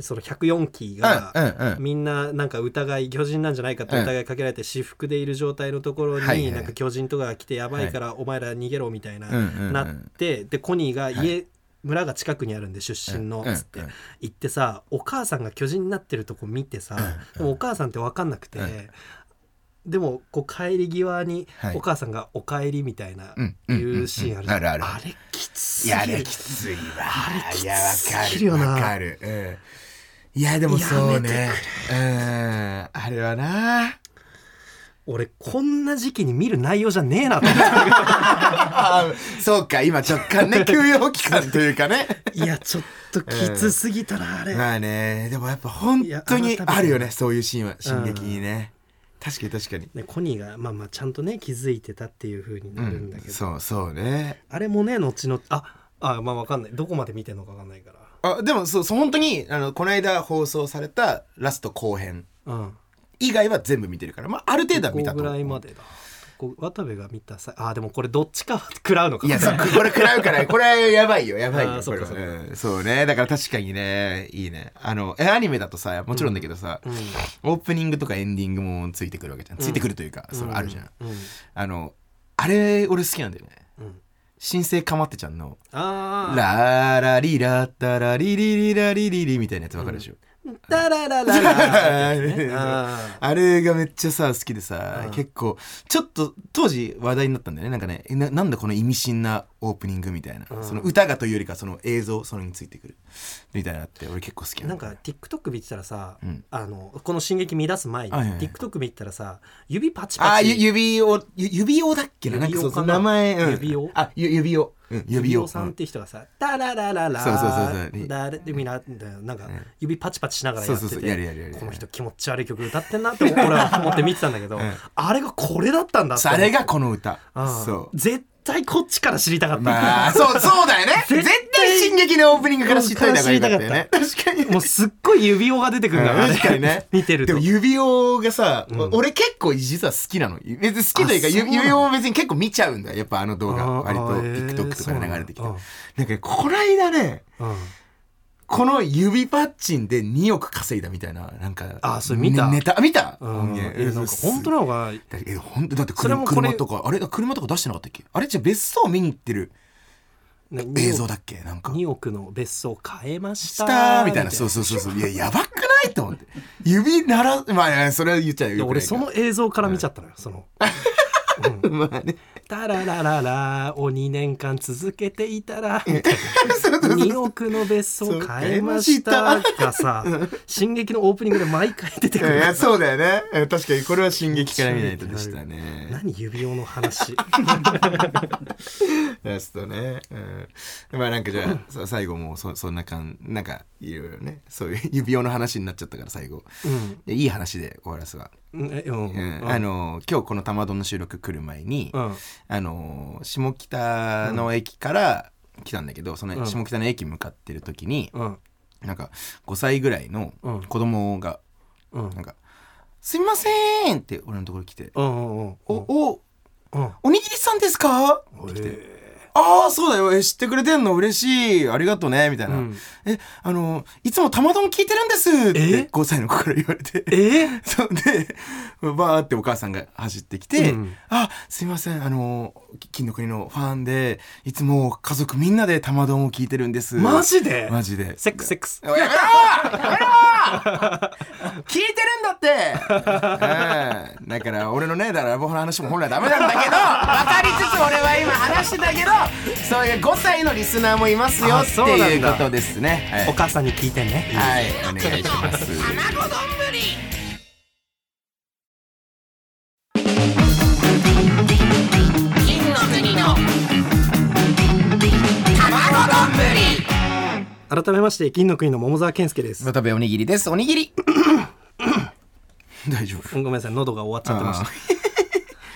[SPEAKER 2] その104機が、
[SPEAKER 3] うんうんうん。
[SPEAKER 2] みんななんか疑い巨人なんじゃないかって
[SPEAKER 3] うん
[SPEAKER 2] 疑いかけられて私服でいる状態のところに、
[SPEAKER 3] はいはい
[SPEAKER 2] なんか巨人とかが来てやばいからお前ら逃げろみたいな、
[SPEAKER 3] うんうんうん
[SPEAKER 2] なってでコニーが家、村が近くにあるんで出身の
[SPEAKER 3] うん
[SPEAKER 2] つって
[SPEAKER 3] うん
[SPEAKER 2] 行ってさお母さんが巨人になってるとこ見てさでもお母さんって分かんなくて
[SPEAKER 3] うん
[SPEAKER 2] でもこう帰り際に
[SPEAKER 3] はい
[SPEAKER 2] お母さんが「おかえり」みたいな
[SPEAKER 3] うん
[SPEAKER 2] い
[SPEAKER 3] うんうん
[SPEAKER 2] うシーンあるじゃん
[SPEAKER 3] あるある
[SPEAKER 2] あれきつす
[SPEAKER 3] い
[SPEAKER 2] ぎる
[SPEAKER 3] や、あれきついわ。
[SPEAKER 2] あれき
[SPEAKER 3] いや、わ
[SPEAKER 2] つ
[SPEAKER 3] か
[SPEAKER 2] すぎる
[SPEAKER 3] る。
[SPEAKER 2] よ
[SPEAKER 3] わ
[SPEAKER 2] な
[SPEAKER 3] かる。うん。いや、でもそう
[SPEAKER 2] や
[SPEAKER 3] ね。うん。あれはな。
[SPEAKER 2] 俺こんな時期に見る内容じゃねえなと思った
[SPEAKER 3] あそうか、今直 感ね、休養期間というかね。
[SPEAKER 2] いやちょっときつすぎたなあれ、
[SPEAKER 3] まあね、でもやっぱ本当
[SPEAKER 2] い
[SPEAKER 3] に
[SPEAKER 2] や
[SPEAKER 3] あるよね、そういうシーンは、進撃にね。確かに確かに。
[SPEAKER 2] ね、コニーがまあまあちゃんとね気づいてたっていう風に
[SPEAKER 3] う
[SPEAKER 2] なるんだ
[SPEAKER 3] ん
[SPEAKER 2] け、ど、
[SPEAKER 3] そうそうね。
[SPEAKER 2] あれもね後々ああまあわかんないどこまで見てんのかわかんないか
[SPEAKER 3] あでもそうそう本当にあのこの間放送されたラスト後編
[SPEAKER 2] らうん
[SPEAKER 3] 以外は全部見てるから、まあ、ある程度は見た
[SPEAKER 2] ここぐ
[SPEAKER 3] と思う
[SPEAKER 2] らいまでだこう渡部が見たさあーでもこれどっちか 食らうのか
[SPEAKER 3] いや、そうこれ食らうから、これはやばいよ、やばい
[SPEAKER 2] あー
[SPEAKER 3] よ。
[SPEAKER 2] そ
[SPEAKER 3] こ
[SPEAKER 2] っ
[SPEAKER 3] れ
[SPEAKER 2] か
[SPEAKER 3] はうんそうね、だから確かにね、いいね。あの、えアニメだとさ、もちろんだけどさ、オープニングとかエンディングもついてくるわけじゃん。ついてくるというか、それあるじゃん。
[SPEAKER 2] うん、
[SPEAKER 3] あの、あれ、俺好きなんだよね。
[SPEAKER 2] うん
[SPEAKER 3] 新生かまってちゃんの、
[SPEAKER 2] ああ
[SPEAKER 3] ラーラリラッタラリリリラリリリみたいなやつわかるでしょ。
[SPEAKER 2] ダラララ ラあ
[SPEAKER 3] あれがめっちゃさ好きでさ、結構ちょっと当時話題になったんだよねなんかねえななんだこの意味深なオープニングみたいな、その歌がというよりかその映像それについてくるみたいなのあって俺結構好き
[SPEAKER 2] なん
[SPEAKER 3] だよ
[SPEAKER 2] か
[SPEAKER 3] ね
[SPEAKER 2] TikTok 見てたらさ、
[SPEAKER 3] うん
[SPEAKER 2] あのこの進撃見出す前に、
[SPEAKER 3] はいはいはい
[SPEAKER 2] TikTok 見てたらさ指パチ
[SPEAKER 3] あ
[SPEAKER 2] パ
[SPEAKER 3] ー
[SPEAKER 2] チ
[SPEAKER 3] ゆ指をゆ指をだっけななんか
[SPEAKER 2] 指
[SPEAKER 3] そ
[SPEAKER 2] 輪
[SPEAKER 3] うそ
[SPEAKER 2] か
[SPEAKER 3] う
[SPEAKER 2] な
[SPEAKER 3] 名前、うん、
[SPEAKER 2] 指輪
[SPEAKER 3] あゆ指を、うん、指を
[SPEAKER 2] 指さんって人がさ「ダララララ」
[SPEAKER 3] そうそうそうそう
[SPEAKER 2] だでみんななんか指パチパチしながらやって
[SPEAKER 3] そうそう
[SPEAKER 2] て
[SPEAKER 3] そうやるやるやるやる
[SPEAKER 2] この人気持ち悪い曲歌ってんな って俺は思って見てたんだけど、あれがこれだったんだって
[SPEAKER 3] あれがこの歌
[SPEAKER 2] うん
[SPEAKER 3] そう
[SPEAKER 2] 絶対こっちから知りたかった、
[SPEAKER 3] まあそうそうだよね
[SPEAKER 2] 絶対
[SPEAKER 3] 絶対進撃のオープニングから知っといた方がよかったよね確かに
[SPEAKER 2] もうすっごい指輪が出てくるんだから、
[SPEAKER 3] 確かにね
[SPEAKER 2] 見てる
[SPEAKER 3] で
[SPEAKER 2] と
[SPEAKER 3] も指輪がさ、俺結構実は好きなの別に好きというか
[SPEAKER 2] あそうなの
[SPEAKER 3] 指輪を別に結構見ちゃうんだよやっぱあの動画
[SPEAKER 2] あー
[SPEAKER 3] 割と
[SPEAKER 2] あーへー
[SPEAKER 3] TikTok とかで流れてきて
[SPEAKER 2] そ
[SPEAKER 3] な
[SPEAKER 2] うなんんだ
[SPEAKER 3] かねこないだね
[SPEAKER 2] うん
[SPEAKER 3] この指パッチンで2億稼いだみたいななんか
[SPEAKER 2] あーそれ見た
[SPEAKER 3] ねネタあ見た
[SPEAKER 2] うん
[SPEAKER 3] 音源
[SPEAKER 2] えなんか本当なのかな
[SPEAKER 3] だえ本当だって
[SPEAKER 2] それ
[SPEAKER 3] 車
[SPEAKER 2] もこれ
[SPEAKER 3] 車とかあれ車とか出してなかったっけあれじゃあ別荘見に行ってる映像だっけなんか
[SPEAKER 2] 2億の別荘買えまし
[SPEAKER 3] したたーみたいなそうそうそうそういややばくないと思って指ならまあいやそれは言っちゃう
[SPEAKER 2] いや
[SPEAKER 3] よ
[SPEAKER 2] 俺その映像から見ちゃったのよ、その
[SPEAKER 3] まあね
[SPEAKER 2] 「タララララを2年間続けていた ら」みたいな「2億の別荘買えました」がさ「進撃」のオープニングで毎回出てく
[SPEAKER 3] い
[SPEAKER 2] る
[SPEAKER 3] やそうだよねえ確かにこれは進撃から見ないとでしたね
[SPEAKER 2] 何指輪の 話
[SPEAKER 3] ラストね、うん、まあなんかじゃあさ最後もうそそんな感なんかいろいろねそう いう指輪の話になっちゃったから最後、いやいい話で終わらすわ、
[SPEAKER 2] うんえうん
[SPEAKER 3] うんあの今日この「玉丼」の収録来る前に、
[SPEAKER 2] うん
[SPEAKER 3] あの下北の駅から来たんだけど、その下北の駅向かってる時に、
[SPEAKER 2] うん
[SPEAKER 3] なんか5歳ぐらいの
[SPEAKER 2] うん
[SPEAKER 3] 子供が
[SPEAKER 2] うん
[SPEAKER 3] なんか「すいません!」って俺のところに来て「
[SPEAKER 2] うんうんうん
[SPEAKER 3] おお
[SPEAKER 2] うん
[SPEAKER 3] おにぎりさんですか?」って来て「ああそうだよえ知ってくれてんの嬉しいありがとうね」みたいな「
[SPEAKER 2] うん
[SPEAKER 3] えあのいつもたまたま聞いてるんです」って
[SPEAKER 2] え
[SPEAKER 3] 5歳の子から言われて
[SPEAKER 2] えー
[SPEAKER 3] そうでバーってお母さんが走ってきて「
[SPEAKER 2] うん
[SPEAKER 3] あすいませんあのき金の国のファンでいつも家族みんなで玉丼を聞いてるんです」
[SPEAKER 2] マジで
[SPEAKER 3] マジで
[SPEAKER 2] セックスセックス
[SPEAKER 3] やめろやめろ聞い てるんだって、うん、だから俺のねだからラブホの話も本来ダメなんだけど分 かりつつ俺は今話してたけどそういう5歳のリスナーもいますよ
[SPEAKER 2] あ
[SPEAKER 3] って
[SPEAKER 2] そうなんだ
[SPEAKER 3] いうことですねはい
[SPEAKER 2] お母さんに聞いてね
[SPEAKER 3] はい、お願いし ます
[SPEAKER 2] 改めまして金の国の桃沢健介です
[SPEAKER 3] 渡部おにぎりですおにぎり 大丈夫
[SPEAKER 2] ごめんなさい喉が終わっちゃってました
[SPEAKER 3] あ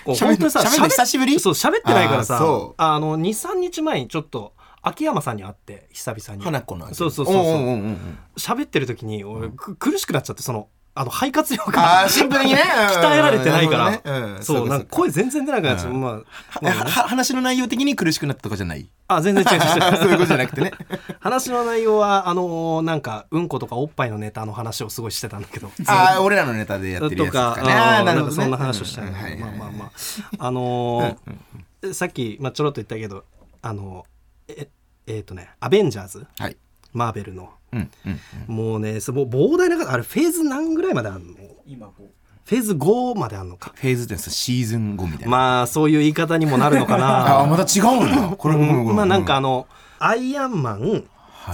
[SPEAKER 2] こう
[SPEAKER 3] 喋ん
[SPEAKER 2] 本当にさ
[SPEAKER 3] 喋んの
[SPEAKER 2] 喋っ
[SPEAKER 3] 久しぶり
[SPEAKER 2] そう喋ってないからさ
[SPEAKER 3] あーそう
[SPEAKER 2] あの23日前にちょっと秋山さんに会って久々に
[SPEAKER 3] 花子の味
[SPEAKER 2] そうそうそうそうん
[SPEAKER 3] んんん
[SPEAKER 2] 喋ってる時に俺、く苦しくなっちゃってそのあの肺活量
[SPEAKER 3] あ
[SPEAKER 2] が
[SPEAKER 3] あシンプルにね
[SPEAKER 2] 鍛えられてないから、
[SPEAKER 3] るほどねうん
[SPEAKER 2] そう
[SPEAKER 3] か
[SPEAKER 2] なんか声全然出なくなっちゃう、
[SPEAKER 3] うん
[SPEAKER 2] まあ、
[SPEAKER 3] えはは話の内容的に苦しくなったとかじゃ ない
[SPEAKER 2] あ全然違う違う 違う
[SPEAKER 3] そういうことじゃなくてね
[SPEAKER 2] 話の内容はあのーなんかうんことかおっぱいのネタの話をすごいしてたんだけど
[SPEAKER 3] ああ俺らのネタでやってる
[SPEAKER 2] と
[SPEAKER 3] やつと
[SPEAKER 2] か
[SPEAKER 3] かね
[SPEAKER 2] あ
[SPEAKER 3] あ
[SPEAKER 2] ー
[SPEAKER 3] ー
[SPEAKER 2] な
[SPEAKER 3] る
[SPEAKER 2] ん
[SPEAKER 3] ほ
[SPEAKER 2] か
[SPEAKER 3] どね
[SPEAKER 2] そんな話をしたいな、
[SPEAKER 3] うんはいはい
[SPEAKER 2] ま
[SPEAKER 3] は
[SPEAKER 2] あ
[SPEAKER 3] い
[SPEAKER 2] まあまああのーさっき、まあ、ちょろっと言ったけどあのええっ、とね「アベンジャーズ
[SPEAKER 3] はい」
[SPEAKER 2] マーベルの
[SPEAKER 3] うんうん
[SPEAKER 2] もうねそもう膨大な数あれフェーズ何ぐらいまであんの
[SPEAKER 4] 今こう
[SPEAKER 2] フェーズ5まであんのか
[SPEAKER 3] フェーズってそのシーズン5みたいな
[SPEAKER 2] まあそういう言い方にもなるのか
[SPEAKER 3] ああ
[SPEAKER 2] な
[SPEAKER 3] また違うんだこ れ
[SPEAKER 2] うんまあなんか
[SPEAKER 3] は
[SPEAKER 2] あの「アイアンマン」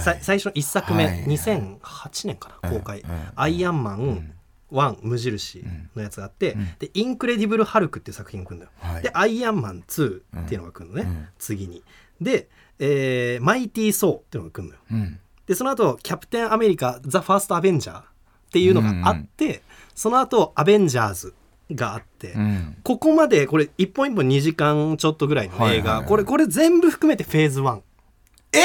[SPEAKER 3] い
[SPEAKER 2] さ最初の1作目、
[SPEAKER 3] はいはい
[SPEAKER 2] 2008年かな公開、
[SPEAKER 3] うんうん
[SPEAKER 2] アイアンマン1無印のやつがあって、でインクレディブル・ハルクっていう作品が来るんだよ、
[SPEAKER 3] はい
[SPEAKER 2] でアイアンマン2っていうのが来るのね、次にで、えーマイティー・ソーっていうのが来るのよ
[SPEAKER 3] うん
[SPEAKER 2] でその後キャプテン・アメリカ・ザ・ファースト・アベンジャーっていうのがあって、その後アベンジャーズがあって、
[SPEAKER 3] うん
[SPEAKER 2] ここまでこれ一本一本2時間ちょっとぐらいの映画、
[SPEAKER 3] はいはいはい
[SPEAKER 2] これこれ全部含めてフェーズ1
[SPEAKER 3] え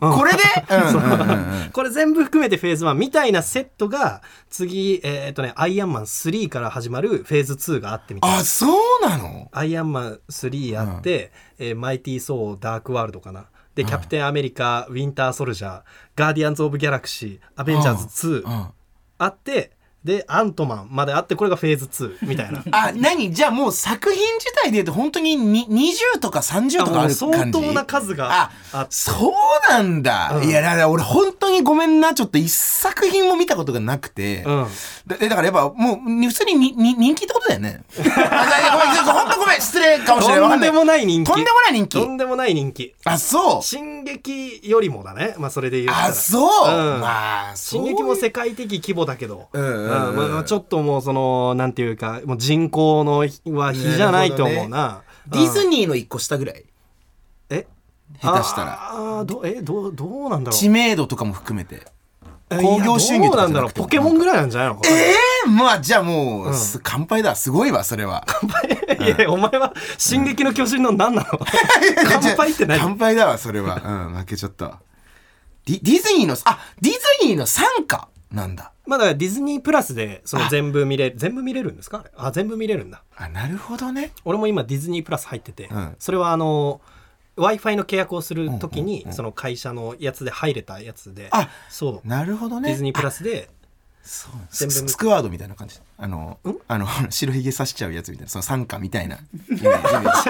[SPEAKER 3] これでうんうんうんうん
[SPEAKER 2] これ全部含めてフェーズ1みたいなセットが次えっ、とね「アイアンマン3」から始まるフェーズ2があってみたい
[SPEAKER 3] あ
[SPEAKER 2] な
[SPEAKER 3] そうなの
[SPEAKER 2] アイアンマン3あって、えーマイティー・ソー・ダーク・ワールドかなで、キャプテン・アメリカウィンター・ソルジャーガーディアンズ・オブ・ギャラクシーアベンジャーズ2、
[SPEAKER 3] うん
[SPEAKER 2] あってでアントマンまであってこれがフェーズ2みた いな
[SPEAKER 3] あ何じゃあもう作品自体で言うと本当にに20とか30とか
[SPEAKER 2] も
[SPEAKER 3] あ
[SPEAKER 2] う
[SPEAKER 3] る
[SPEAKER 2] 相
[SPEAKER 3] 感じ
[SPEAKER 2] 当な数が
[SPEAKER 3] あ
[SPEAKER 2] あって
[SPEAKER 3] そうなんだ、
[SPEAKER 2] うん
[SPEAKER 3] いやだから俺本当にごめんなちょっと一作品も見たことがなくて、
[SPEAKER 2] うん
[SPEAKER 3] だえだからやっぱもうに普通ににに人気ってことだよねあいやごめんちょっと本当ごめん失礼かもしれない
[SPEAKER 2] とんでも
[SPEAKER 3] い
[SPEAKER 2] ない人気
[SPEAKER 3] とんでもない人
[SPEAKER 2] と
[SPEAKER 3] 気
[SPEAKER 2] んでもない人気
[SPEAKER 3] あそう
[SPEAKER 2] 進撃よりもだねまあそれで言うた
[SPEAKER 3] あ
[SPEAKER 2] ら
[SPEAKER 3] そう、
[SPEAKER 2] ん
[SPEAKER 3] まあそう
[SPEAKER 2] 進撃も世界的規模だけど、
[SPEAKER 3] うんうんうん
[SPEAKER 2] まあまあちょっともうそのなんていうかもう人口のは比じゃないと思うな
[SPEAKER 3] ディズ
[SPEAKER 2] ニ
[SPEAKER 3] ニーの一個下ぐらい
[SPEAKER 2] ーえ
[SPEAKER 3] 下手したら
[SPEAKER 2] あーどえどうどうなんだろう
[SPEAKER 3] 知名度とかも含めて
[SPEAKER 2] え
[SPEAKER 3] 興行収
[SPEAKER 2] い
[SPEAKER 3] 入
[SPEAKER 2] やどう
[SPEAKER 3] と
[SPEAKER 2] な
[SPEAKER 3] か
[SPEAKER 2] ん
[SPEAKER 3] じ
[SPEAKER 2] だ
[SPEAKER 3] ゃな
[SPEAKER 2] ろう
[SPEAKER 3] くて
[SPEAKER 2] ポケモンぐらいなんじゃないの
[SPEAKER 3] ええまあじゃあもう、
[SPEAKER 2] うん
[SPEAKER 3] す乾杯だすごいわそれは
[SPEAKER 2] いやいやお前は「進撃の巨人」の何なの 乾杯って何
[SPEAKER 3] 乾杯だわそれはうん負けちゃったわディディズニーのあディズニーの傘下なんだ
[SPEAKER 2] まあだからディズニープラスでその全部見れ全部見れるんですかあれあ全部見れるんだ
[SPEAKER 3] あなるほどね
[SPEAKER 2] 俺も今ディズニープラス入ってて、
[SPEAKER 3] うん
[SPEAKER 2] それはあの w i f i の契約をするときにその会社のやつで入れたやつで、
[SPEAKER 3] あ
[SPEAKER 2] そう、
[SPEAKER 3] なるほどね
[SPEAKER 2] ディズニープラスで
[SPEAKER 3] そう
[SPEAKER 2] 全
[SPEAKER 3] ス
[SPEAKER 2] 部
[SPEAKER 3] スクワードみたいな感じあのあの 白ひげ刺しちゃうやつみたいなその傘下みたいな イメージイメー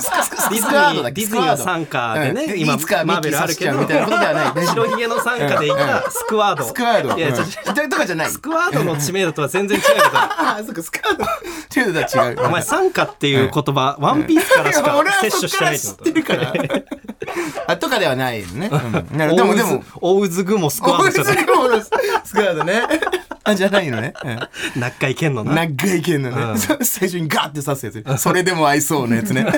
[SPEAKER 3] ジスクスクス
[SPEAKER 2] ディズニ
[SPEAKER 3] クスクワードだ
[SPEAKER 2] ー
[SPEAKER 3] っ
[SPEAKER 2] デ
[SPEAKER 3] け
[SPEAKER 2] ィ
[SPEAKER 3] ス
[SPEAKER 2] ズ
[SPEAKER 3] ク
[SPEAKER 2] ニー
[SPEAKER 3] ワ
[SPEAKER 2] は
[SPEAKER 3] ード
[SPEAKER 2] 参加でね、
[SPEAKER 3] うん
[SPEAKER 2] 今
[SPEAKER 3] いつかミ
[SPEAKER 2] マ
[SPEAKER 3] ッ
[SPEAKER 2] ー
[SPEAKER 3] キ
[SPEAKER 2] ベル
[SPEAKER 3] ー
[SPEAKER 2] あ
[SPEAKER 3] 刺
[SPEAKER 2] る
[SPEAKER 3] し
[SPEAKER 2] け
[SPEAKER 3] ちゃ
[SPEAKER 2] ど
[SPEAKER 3] うみたいなことではない 大丈夫
[SPEAKER 2] 白ひげの参加で今スクワード
[SPEAKER 3] スクワード
[SPEAKER 2] いやちょ
[SPEAKER 3] うん
[SPEAKER 2] ちょ
[SPEAKER 3] とかじゃない
[SPEAKER 2] スクワードの知名度とは全然違うけど
[SPEAKER 3] あそっかスクワードっていうのとは違う
[SPEAKER 2] お前参加っていう言葉、ワンピースからしか
[SPEAKER 3] 俺は
[SPEAKER 2] 摂
[SPEAKER 3] そ
[SPEAKER 2] 取
[SPEAKER 3] っ
[SPEAKER 2] して
[SPEAKER 3] か
[SPEAKER 2] な
[SPEAKER 3] ら
[SPEAKER 2] い
[SPEAKER 3] 知っ
[SPEAKER 2] と
[SPEAKER 3] て
[SPEAKER 2] 思
[SPEAKER 3] る
[SPEAKER 2] う
[SPEAKER 3] から。 あとかではないよね。 うんなるほどで
[SPEAKER 2] 大渦
[SPEAKER 3] もでも。
[SPEAKER 2] 大渦雲スクワー
[SPEAKER 3] 大
[SPEAKER 2] ドじゃ
[SPEAKER 3] 渦
[SPEAKER 2] ない
[SPEAKER 3] 雲のスクワードね。 あ、じゃないのね。
[SPEAKER 2] 中井健の
[SPEAKER 3] うん、
[SPEAKER 2] な
[SPEAKER 3] 長い剣のね、
[SPEAKER 2] うん
[SPEAKER 3] 最初にガーって刺すやつね。それでも合いそうなやつね。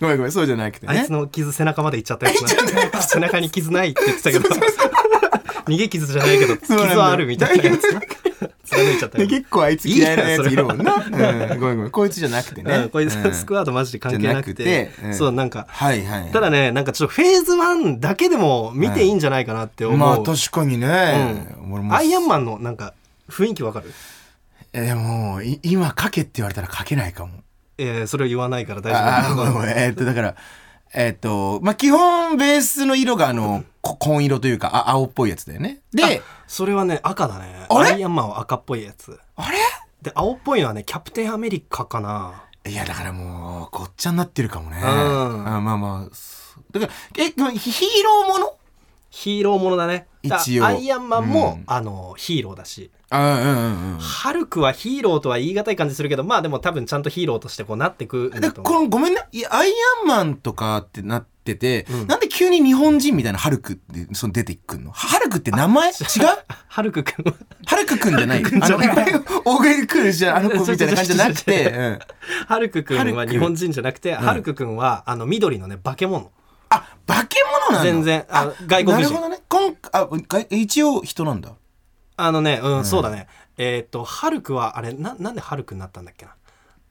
[SPEAKER 3] ごめんごめん、そうじゃなくて
[SPEAKER 2] あい
[SPEAKER 3] ね
[SPEAKER 2] つ。の傷背中までいっちゃったやつな背中に傷ないって言ってたけ ど逃げ傷じゃないけど傷
[SPEAKER 3] そうなんだよ
[SPEAKER 2] はあるみたいなやつ貫いちゃった
[SPEAKER 3] で
[SPEAKER 2] よ
[SPEAKER 3] 結構あいつ嫌いなやついるもんな。うんごめんごめん、こいつじゃなくて
[SPEAKER 2] う
[SPEAKER 3] ね
[SPEAKER 2] ん。これ
[SPEAKER 3] うん
[SPEAKER 2] スクワードマジで関係なく
[SPEAKER 3] じゃ
[SPEAKER 2] て
[SPEAKER 3] なくてうん
[SPEAKER 2] そうなんか
[SPEAKER 3] はいはい。
[SPEAKER 2] ただねなんかちょっとフェーズ1だけでも見ていいんじゃないかなって思う、
[SPEAKER 3] まあ確かにね。俺も
[SPEAKER 2] アイアンマンのなんか雰囲気わかる
[SPEAKER 3] えー、もうい今書けって言われたら書けないかも。
[SPEAKER 2] えー、それを言わないから大
[SPEAKER 3] あ
[SPEAKER 2] 丈
[SPEAKER 3] あーごめんごめんえーっとだからえーっとまあ基本ベースの色があのこ紺色というかあ青っぽいやつだよね。で
[SPEAKER 2] 夫それはね赤だね
[SPEAKER 3] あれ
[SPEAKER 2] アイアンマンは赤っぽいやつ
[SPEAKER 3] あ
[SPEAKER 2] で青っぽいのはねキャプテンアメリカかな
[SPEAKER 3] れいやだからもうごっちゃになってるかもね。
[SPEAKER 2] ん
[SPEAKER 3] あまあまあそうだからえごめんヒヒーローもの
[SPEAKER 2] ヒーローものだねだ
[SPEAKER 3] 一応
[SPEAKER 2] アイアンマンも、
[SPEAKER 3] うん
[SPEAKER 2] あのヒーローだし
[SPEAKER 3] あうんうんうん
[SPEAKER 2] ハルクはヒーローとは言い難い感じするけどまあでも多分ちゃんとヒーローとしてこうなってくん
[SPEAKER 3] で
[SPEAKER 2] だと思う
[SPEAKER 3] このごめんねいやアイアンマンとかってなってて、
[SPEAKER 2] うん
[SPEAKER 3] なんで急に日本人みたいなハルクってその出てくんのハルクって名前違う
[SPEAKER 2] ハルク君は
[SPEAKER 3] ハルクくんじゃない
[SPEAKER 2] ハルクくんじゃない
[SPEAKER 3] あの大食いで来るじゃんあの子みたいな感じじゃなくて、うん
[SPEAKER 2] ハルク君
[SPEAKER 3] ハ
[SPEAKER 2] は
[SPEAKER 3] ルク
[SPEAKER 2] 日本人じゃなくて、ハルク君はあの緑のね化け物
[SPEAKER 3] あ、化け物なんだ。
[SPEAKER 2] 全然あ
[SPEAKER 3] あ、
[SPEAKER 2] 外国人
[SPEAKER 3] なるほどね。こんあ外一応人なんだ。
[SPEAKER 2] あのねうん、そうだねえーっとハルクはあれななんでハルクになったんだっけな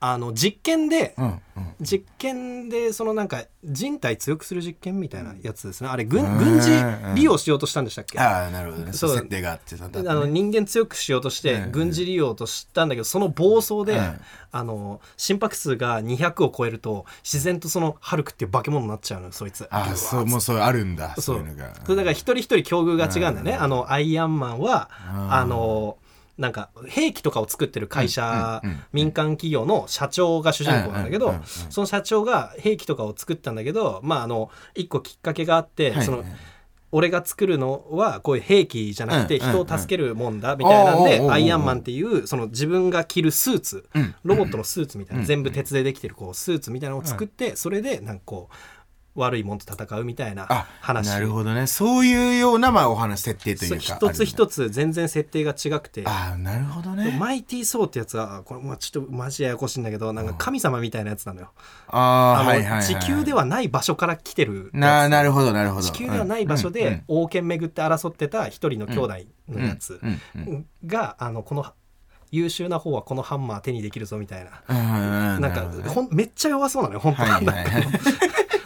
[SPEAKER 2] あの実験で、
[SPEAKER 3] うんうん。
[SPEAKER 2] 実験でそのなんか人体強くする実験みたいなやつですねあれ軍軍事利用しようとしたんでしたっけ
[SPEAKER 3] ああ、なるほどね。
[SPEAKER 2] そ
[SPEAKER 3] そうう設定があってさ。だ
[SPEAKER 2] あ
[SPEAKER 3] って
[SPEAKER 2] の人間強くしようとして
[SPEAKER 3] うん
[SPEAKER 2] 軍事利用としたんだけどその暴走で、
[SPEAKER 3] うん
[SPEAKER 2] あの心拍数が200を超えると自然とそのハルクっていう化け物になっちゃうのよそいつ
[SPEAKER 3] あ、そうもうそうあるんだ。
[SPEAKER 2] そ
[SPEAKER 3] そうういうのが。
[SPEAKER 2] そうだから一人一人境遇が違うんだよね、
[SPEAKER 3] うん
[SPEAKER 2] あのアイアンマンは、
[SPEAKER 3] うん
[SPEAKER 2] あのなんか兵器とかを作ってる会社、
[SPEAKER 3] うんうんうん
[SPEAKER 2] 民間企業の社長が主人公なんだけど、
[SPEAKER 3] うんうんうんうん
[SPEAKER 2] その社長が兵器とかを作ったんだけどまああの一個きっかけがあって、
[SPEAKER 3] はい
[SPEAKER 2] その俺が作るのはこういう兵器じゃなくて
[SPEAKER 3] うんうん
[SPEAKER 2] 人を助けるもんだみたいなんで、
[SPEAKER 3] おーおーおーおー
[SPEAKER 2] アイアンマンっていうその自分が着るスーツ、
[SPEAKER 3] ん
[SPEAKER 2] ロボットのスーツみたいな、
[SPEAKER 3] うん
[SPEAKER 2] 全部鉄でできてるこうスーツみたいなのを作って、それでなんかこう悪いもんと戦うみたいな
[SPEAKER 3] あ、
[SPEAKER 2] 話
[SPEAKER 3] なるほどね。そういうようなまあお話設定というか。
[SPEAKER 2] そう一つ一つ
[SPEAKER 3] つ。
[SPEAKER 2] 全然設定が違くて
[SPEAKER 3] ああ、なるほどね。
[SPEAKER 2] マイティー・ソーってやつはこれまあちょっとマジややこしいんだけどなんか神様みたいなやつなのよ、
[SPEAKER 3] あ
[SPEAKER 2] あ
[SPEAKER 3] あ、
[SPEAKER 2] の
[SPEAKER 3] はいはいはい。
[SPEAKER 2] 地球ではない場所から来てる
[SPEAKER 3] な
[SPEAKER 2] やつ
[SPEAKER 3] なるほどなるほど。
[SPEAKER 2] 地球ではない場所
[SPEAKER 3] うん
[SPEAKER 2] で王権巡って争ってた一人の兄弟のやつ
[SPEAKER 3] うんうんうん
[SPEAKER 2] があのこの優秀な方はこのハンマー手にできるぞみたいな
[SPEAKER 3] うんうんうん
[SPEAKER 2] なん
[SPEAKER 3] る
[SPEAKER 2] か
[SPEAKER 3] ほどね
[SPEAKER 2] ほんめっちゃ弱そうなのよ本当
[SPEAKER 3] はいはいはい。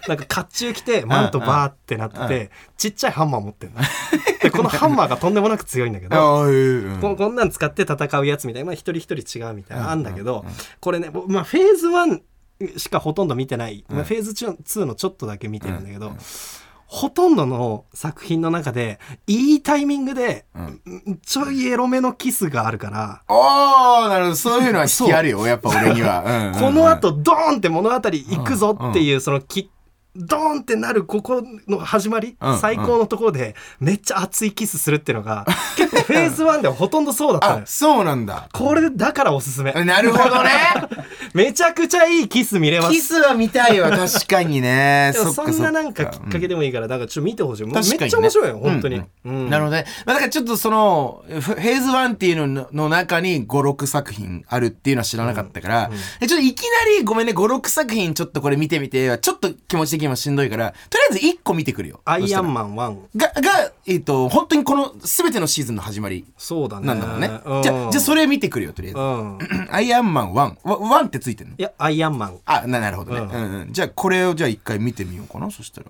[SPEAKER 2] なんか甲冑着てマントバーってなっててちっちゃいハンマー持ってんのでこのハンマーがとんでもなく強いんだけ ど
[SPEAKER 3] ああうん
[SPEAKER 2] ここんなん使って戦うやつみたいな、まあ、一人一人違うみたいなあんだけど、これね、僕まあ、フェーズ1しかほとんど見てない、まあ、フェーズ2のちょっとだけ見てるんだけど、ほとんどの作品の中でいいタイミングで、んちょいエロめのキスがあるから。
[SPEAKER 3] ああなるほどそういうのは引きあるよやっぱ俺には、うん
[SPEAKER 2] この後ドーンって物語行くぞっていうそのきドーンってなるここの始まり
[SPEAKER 3] うん
[SPEAKER 2] 最高のところでめっちゃ熱いキスするっていうの が結構フェーズ1ではほとんどそうだったの
[SPEAKER 3] あ
[SPEAKER 2] よ。
[SPEAKER 3] そうなんだ
[SPEAKER 2] これだからおすすめ。
[SPEAKER 3] なるほどね
[SPEAKER 2] めちゃくちゃいい キス見れま
[SPEAKER 3] キ
[SPEAKER 2] す。
[SPEAKER 3] スは見たいわ確かにね
[SPEAKER 2] でも
[SPEAKER 3] っか
[SPEAKER 2] そ
[SPEAKER 3] っ
[SPEAKER 2] んななんかきっかけでもいいから、だからちょっと見てほしい。もう
[SPEAKER 3] 確かにね
[SPEAKER 2] めっちゃ面白いよ、本当に。
[SPEAKER 3] うん
[SPEAKER 2] うん
[SPEAKER 3] なるほどね。まあ、だからちょっとその、フフェーズ1っていうのの中に5、6作品あるっていうのは知らなかったから、えちょっといきなりごめんね、5、6作品ちょっとこれ見てみては、ちょっと気持ち的にもしんどいから、とりあえず1個見てくるよ。
[SPEAKER 2] アイアン
[SPEAKER 3] ン
[SPEAKER 2] マン1。
[SPEAKER 3] が、が、えっ、と、本当にこの全てのシーズンの始まり
[SPEAKER 2] そうだね。
[SPEAKER 3] なんだもんね。
[SPEAKER 2] う
[SPEAKER 3] じゃあ、じゃあそれ見てくるよ、とりあえず
[SPEAKER 2] う。ん。
[SPEAKER 3] アイアンマン1。わ1ってついてんの
[SPEAKER 2] いや、アイアンマン。
[SPEAKER 3] あ、ななるほどね。
[SPEAKER 2] うん
[SPEAKER 3] うんうんじゃあ、これをじゃあ一回見てみようかな、そしたら。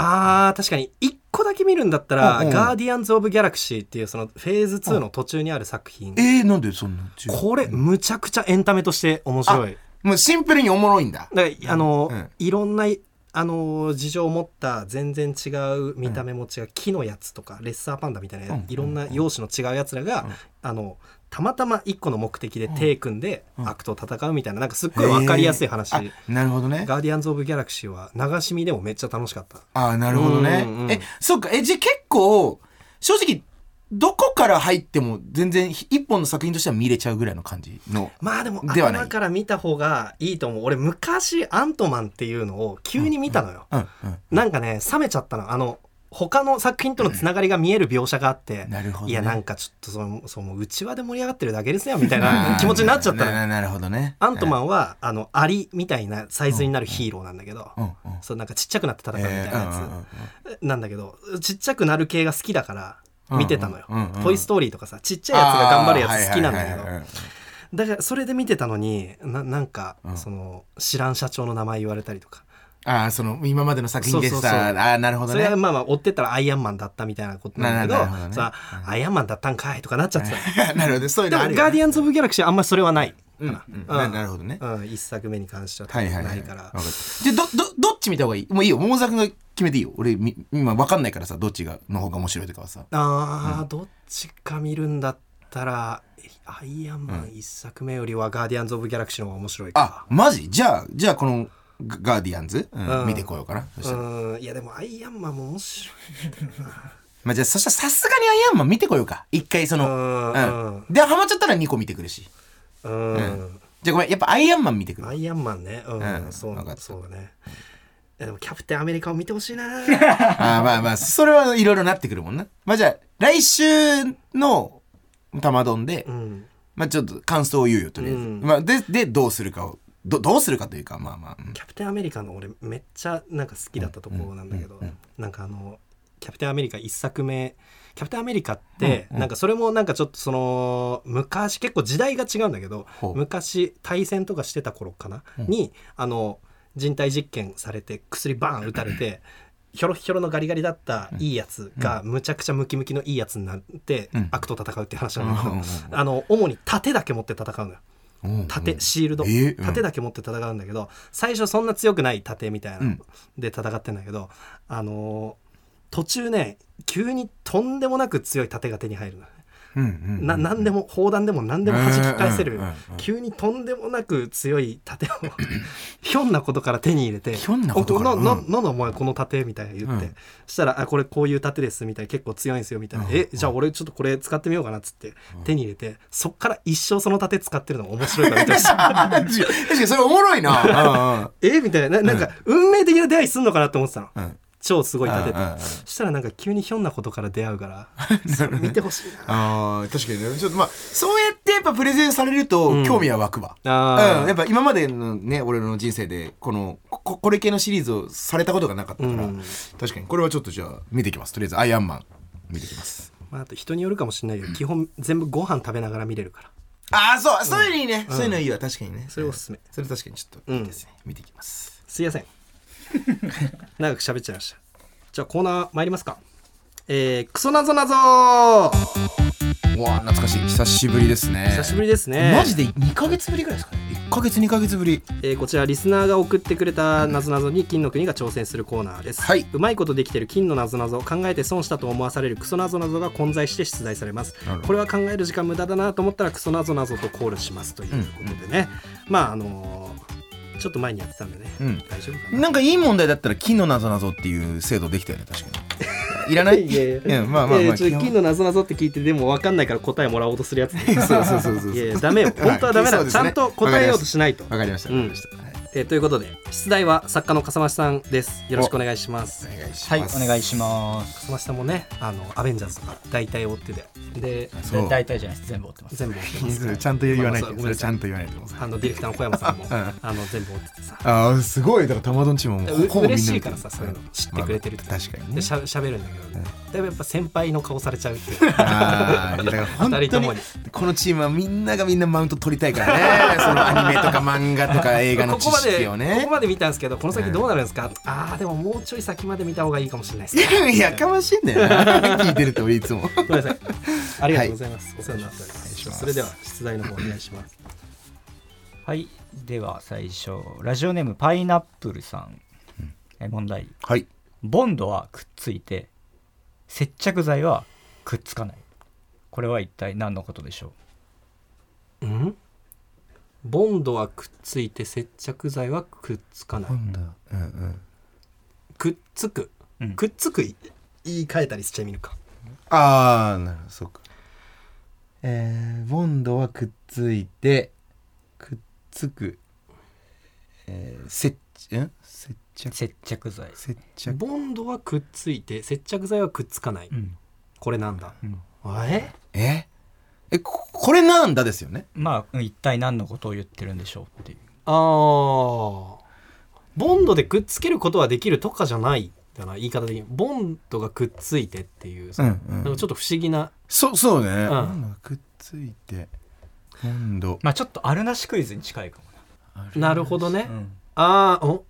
[SPEAKER 2] あー確かに1個だけ見るんだったら「
[SPEAKER 3] うんうん
[SPEAKER 2] ガーディアンズ・オブ・ギャラクシー」っていうそのフェーズ2の途中にある作品
[SPEAKER 3] えー、なんでそんな違う
[SPEAKER 2] これむちゃくちゃエンタメとして面白い
[SPEAKER 3] もうシンプルにおもろいんだ。
[SPEAKER 2] だからあの、
[SPEAKER 3] うん
[SPEAKER 2] いろんなあの事情を持った全然違う見た目も違う、木のやつとかレッサーパンダみたいな、いろんな容姿の違うやつらが、あのたまたま1個の目的で手組んで悪と戦うみたいななんかすっごい分かりやすい話、
[SPEAKER 3] へーあなるほどね。
[SPEAKER 2] ガーディアンズ・オブ・ギャラクシーは流し見でもめっちゃ楽しかった。
[SPEAKER 3] ああ、なるほどね。
[SPEAKER 2] うんうんうん
[SPEAKER 3] え、そっか。え、じゃあ結構、正直、どこから入っても全然ひ一本の作品としては見れちゃうぐらいの感じの。
[SPEAKER 2] まあでも
[SPEAKER 3] ではない
[SPEAKER 2] 頭から見た方がいいと思う俺昔アントマンっていうのを急に見たのよ、
[SPEAKER 3] うん、
[SPEAKER 2] なんかね冷めちゃったのあの他の作品とのつながりが見える描写があって、
[SPEAKER 3] なるほどね
[SPEAKER 2] いやなんかちょっとそのそのうちわで盛り上がってるだけですよみたい
[SPEAKER 3] あ
[SPEAKER 2] な
[SPEAKER 3] ー
[SPEAKER 2] 気持ちになっちゃった
[SPEAKER 3] な
[SPEAKER 2] の
[SPEAKER 3] ななるほどね。
[SPEAKER 2] アントマ
[SPEAKER 3] ン。
[SPEAKER 2] ンはあのアリみたいなサイズになるヒーローなんだけど、
[SPEAKER 3] うん、うん。
[SPEAKER 2] そうなんかちっちゃくなって戦うみたい
[SPEAKER 3] え
[SPEAKER 2] な
[SPEAKER 3] ーうんうんうん
[SPEAKER 2] やつなんだけどちっちゃくなる系が好きだから見てたのよ
[SPEAKER 3] うんうんうんうん
[SPEAKER 2] 「トイ・ストーリー」とかさちっちゃいやつが頑張るやつ好きなんだけ
[SPEAKER 3] あー
[SPEAKER 2] ど
[SPEAKER 3] はいはいはいはい
[SPEAKER 2] だからそれで見てたのにななんか、
[SPEAKER 3] ん
[SPEAKER 2] その知らん社長の名前言われたりとか、
[SPEAKER 3] あー、その、今までの作品でし
[SPEAKER 2] そうそうそ
[SPEAKER 3] た。
[SPEAKER 2] う
[SPEAKER 3] ああ、なるほど
[SPEAKER 2] それ
[SPEAKER 3] ね
[SPEAKER 2] は。まあまあ追ってったらアイアンマンだったみたいなことなんだ
[SPEAKER 3] な
[SPEAKER 2] け
[SPEAKER 3] なるほ
[SPEAKER 2] ど
[SPEAKER 3] どね
[SPEAKER 2] さあアイアンマンだったんかいとかなっちゃってた
[SPEAKER 3] なるほどね。そういう
[SPEAKER 2] で
[SPEAKER 3] の
[SPEAKER 2] も
[SPEAKER 3] あるよね
[SPEAKER 2] ガーディアンズ・オブ・ギャラクシーあんまりそれはないかな,
[SPEAKER 3] うんうん
[SPEAKER 2] うん、
[SPEAKER 3] ななるほどね
[SPEAKER 2] うん、一作目に関しては
[SPEAKER 3] はいはいは。
[SPEAKER 2] ないいから、
[SPEAKER 3] わかったじゃあ、ど、ど、どっち見た方がいいもういいよ。桃沢君が決めていいよ。俺、み今わかんないからさ、どっちが、の方が面白いとかはさ。
[SPEAKER 2] あー、どっちか見るんだったらアイアンマン一作目よりはガーディアンズ・オブ・ギャラクシーの方が面白い
[SPEAKER 3] あ
[SPEAKER 2] か、
[SPEAKER 3] マジじゃあ、じゃあこのガガーディアンズ、うん
[SPEAKER 2] うん
[SPEAKER 3] 見てこようかな。そしたら
[SPEAKER 2] うんいやでもアイアンマンも面白い
[SPEAKER 3] まあじゃあ、そしたらさすがにアイアンマン見てこようか。一回その、
[SPEAKER 2] うんうん
[SPEAKER 3] で、ハマっちゃったら2個見てくるし。
[SPEAKER 2] うん
[SPEAKER 3] じゃあごめん、やっぱアイアンマン見てくる
[SPEAKER 2] ア。イアンマンね、うん、
[SPEAKER 3] うん
[SPEAKER 2] そう
[SPEAKER 3] わかった
[SPEAKER 2] そうだね。えでもキャプテンアメリカを見てほしい な。
[SPEAKER 3] あーまあまあ、それはいろいろなってくるもんな。まあじゃあ、来週の玉丼で、
[SPEAKER 2] うん、
[SPEAKER 3] まあちょっと感想を言うよ、とりあえず。
[SPEAKER 2] うん
[SPEAKER 3] まあで、で、どうするかを。どどうするかというか、まあまあ。うん
[SPEAKER 2] キャプテンアメリカの俺めっちゃなんか好きだったところなんだけど、なんかあのキャプテンアメリカ一作目キャプテンアメリカって、なんかそれもなんかちょっとその昔結構時代が違うんだけど
[SPEAKER 3] ほう
[SPEAKER 2] 昔対戦とかしてた頃かな、にあの人体実験されて薬バーン打たれて。ひょろひょろのガリガリだったいいやつがむちゃくちゃムキムキのいいやつになって
[SPEAKER 3] うん
[SPEAKER 2] 悪と戦うっていう話なんだけど
[SPEAKER 3] うんうんう
[SPEAKER 2] あの主に盾だけ持って戦うのよ
[SPEAKER 3] うん
[SPEAKER 2] 盾シールド、
[SPEAKER 3] えうん
[SPEAKER 2] 盾だけ持って戦うんだけど最初そんな強くない盾みたいな
[SPEAKER 3] うん
[SPEAKER 2] ので戦ってんだけど、あのー途中ね急にとんでもなく強い盾が手に入るの、
[SPEAKER 3] うんうん
[SPEAKER 2] な何でも砲弾でも何でも弾き返せる、
[SPEAKER 3] うんうんうんうん
[SPEAKER 2] 急にとんでもなく強い盾 をひょんなことから手に入れて
[SPEAKER 3] ひょんなことから
[SPEAKER 2] おなな
[SPEAKER 3] う
[SPEAKER 2] なんだお前この盾」みたいな言って、
[SPEAKER 3] うん
[SPEAKER 2] そしたら「あこれこういう盾です」みたいな結構強いんですよみたいな「
[SPEAKER 3] うん
[SPEAKER 2] えじゃあ俺ちょっとこれ使ってみようかな」っつって手に入れてそっから一生その盾使ってるのが面白いからみたいな。
[SPEAKER 3] あ 確かに確かにそれおもろいな。うんうん
[SPEAKER 2] えみたいなななんか運命的な出会いすんのかなと思ってたの、
[SPEAKER 3] うん
[SPEAKER 2] 超すごい立てて、
[SPEAKER 3] うんうんうん
[SPEAKER 2] そしたらなんか急にひょんなことから出会う からそれ見てほしいな
[SPEAKER 3] あー確かにねちょっとまあそうやってやっぱプレゼンされると興味は湧くわ、うん
[SPEAKER 2] あー
[SPEAKER 3] やっぱ今までのね俺の人生でこのここれ系のシリーズをされたことがなかったから、
[SPEAKER 2] うん
[SPEAKER 3] 確かにこれはちょっとじゃあ見てきますとりあえず「アイアンマン」見てきます
[SPEAKER 2] まあ、あと人によるかもしれないけど基本全部ご飯食べながら見れるから
[SPEAKER 3] ああそうそういうのいいね、そういうのいいわ確かにね
[SPEAKER 2] それおすすめ
[SPEAKER 3] それ確かにちょっといいですね、見てきます
[SPEAKER 2] すいません 長く喋っちゃいましたじゃあコーナー参りますかえー、クソなぞなぞ
[SPEAKER 3] うわあ懐かしい久しぶりですね
[SPEAKER 2] 久しぶりですね
[SPEAKER 3] マジで2ヶ月ぶりぐらいですかね1ヶ月2ヶ月ぶり
[SPEAKER 2] えーこちらリスナーが送ってくれたなぞなぞに金の国が挑戦するコーナーです、
[SPEAKER 3] はいう
[SPEAKER 2] まいことできてる金のなぞなぞ考えて損したと思わされるクソなぞなぞが混在して出題されます
[SPEAKER 3] なるほど
[SPEAKER 2] これは考える時間無駄だなと思ったらクソなぞなぞとコールしますということでね、まああのーちょっと前にやってたんでね、
[SPEAKER 3] うん
[SPEAKER 2] 大丈夫かな
[SPEAKER 3] なんかいい問題だったら金の謎謎っていう制度できたよね確かにいらない
[SPEAKER 2] いやいや
[SPEAKER 3] やまあまあまあ、
[SPEAKER 2] えーちょっと
[SPEAKER 3] 基
[SPEAKER 2] 金
[SPEAKER 3] 本
[SPEAKER 2] のなぞなぞって聞いてでも分かんないから答えもらおうとするやつね
[SPEAKER 3] そうそうそうそう
[SPEAKER 2] いやいやダメよ本当はダメだ、
[SPEAKER 3] はいそうです
[SPEAKER 2] ちゃ
[SPEAKER 3] ね
[SPEAKER 2] んと答えようとしないと、
[SPEAKER 3] わかりました
[SPEAKER 2] う
[SPEAKER 3] わ
[SPEAKER 2] ん
[SPEAKER 3] かりました、はい
[SPEAKER 2] えーということで出題は作家の笠間さんですよろしくお願いします
[SPEAKER 3] お願いします
[SPEAKER 4] はい、お願いします。
[SPEAKER 2] 笠間さんもねあのアベンジャーズとか大体追っててで
[SPEAKER 3] そう
[SPEAKER 4] 大体じゃないです。全部追ってます。
[SPEAKER 2] 全部追ってます
[SPEAKER 3] それ ちゃんと言わない
[SPEAKER 2] まあ
[SPEAKER 3] と、
[SPEAKER 2] まあ
[SPEAKER 3] それちゃんと言わないと。
[SPEAKER 2] あのディレクターの小山さ んも
[SPEAKER 3] ん
[SPEAKER 2] あの全部追っててさ
[SPEAKER 3] ああ、すごい、だから、たまどんちももうほぼみんな見てる。
[SPEAKER 2] 嬉しいからさそういうの知ってくれてるって
[SPEAKER 3] まあ確かに
[SPEAKER 2] で
[SPEAKER 3] ね
[SPEAKER 2] し。ゃしゃべるんだけどねだいぶやっぱ先輩の顔されちゃうっていう
[SPEAKER 3] ああ、いやだから、本
[SPEAKER 2] 二人と
[SPEAKER 3] 当
[SPEAKER 2] も
[SPEAKER 3] に
[SPEAKER 2] に、
[SPEAKER 3] このチームはみんながみんなマウント取りたいからね。そのアニメとか漫画とか映画の
[SPEAKER 2] こ
[SPEAKER 3] 知
[SPEAKER 2] こまで
[SPEAKER 3] 識
[SPEAKER 2] こ
[SPEAKER 3] を
[SPEAKER 2] こ
[SPEAKER 3] ね。
[SPEAKER 2] まで見たんですけどこの先どうなるんですか、ああでももうちょい先まで見た方がいいかもしれない ですね
[SPEAKER 3] やかましいんだよ な。聞いてると俺いつも。
[SPEAKER 2] ごめんなさいありがとうございます、お世話になっておりま
[SPEAKER 3] お願いし
[SPEAKER 2] す
[SPEAKER 3] ます
[SPEAKER 2] それでは出題の方お願いします
[SPEAKER 4] はい、では最初、ラジオネームパイナップルさん。え問題。
[SPEAKER 3] はい。
[SPEAKER 4] ボンドはくっついて、接着剤はくっつかない。これは一体何のことでしょ
[SPEAKER 2] うんボンドはくっついて接着剤はくっつかない、
[SPEAKER 3] うんうん。
[SPEAKER 2] くっつく、
[SPEAKER 4] うん
[SPEAKER 2] くっつくい言い換えたりしてみるか
[SPEAKER 3] ああ、なるほど、そうか。えー、ボンドはくっついて、くっつく。えー、接着、ん接
[SPEAKER 4] う
[SPEAKER 3] 着。
[SPEAKER 4] 接着剤。
[SPEAKER 3] 接着。
[SPEAKER 2] ボンドはくっついて接着剤はくっつかない、
[SPEAKER 4] うん。
[SPEAKER 2] これなんだ、
[SPEAKER 4] うん
[SPEAKER 2] え
[SPEAKER 3] ええここれなんだですよね
[SPEAKER 4] まあ、うん一体何のことを言ってるんでしょうっていう。
[SPEAKER 2] あーボンドでくっつけることはできるとかじゃないだな言い方的にボンドがくっついてっていう、
[SPEAKER 3] ん
[SPEAKER 2] なんかちょっと不思議な
[SPEAKER 3] そそうね、
[SPEAKER 2] ん
[SPEAKER 3] なんだくっついて温度
[SPEAKER 4] まあ、ちょっとあるなしクイズに近いかも
[SPEAKER 2] なるほどね、
[SPEAKER 4] な。うん
[SPEAKER 2] ああお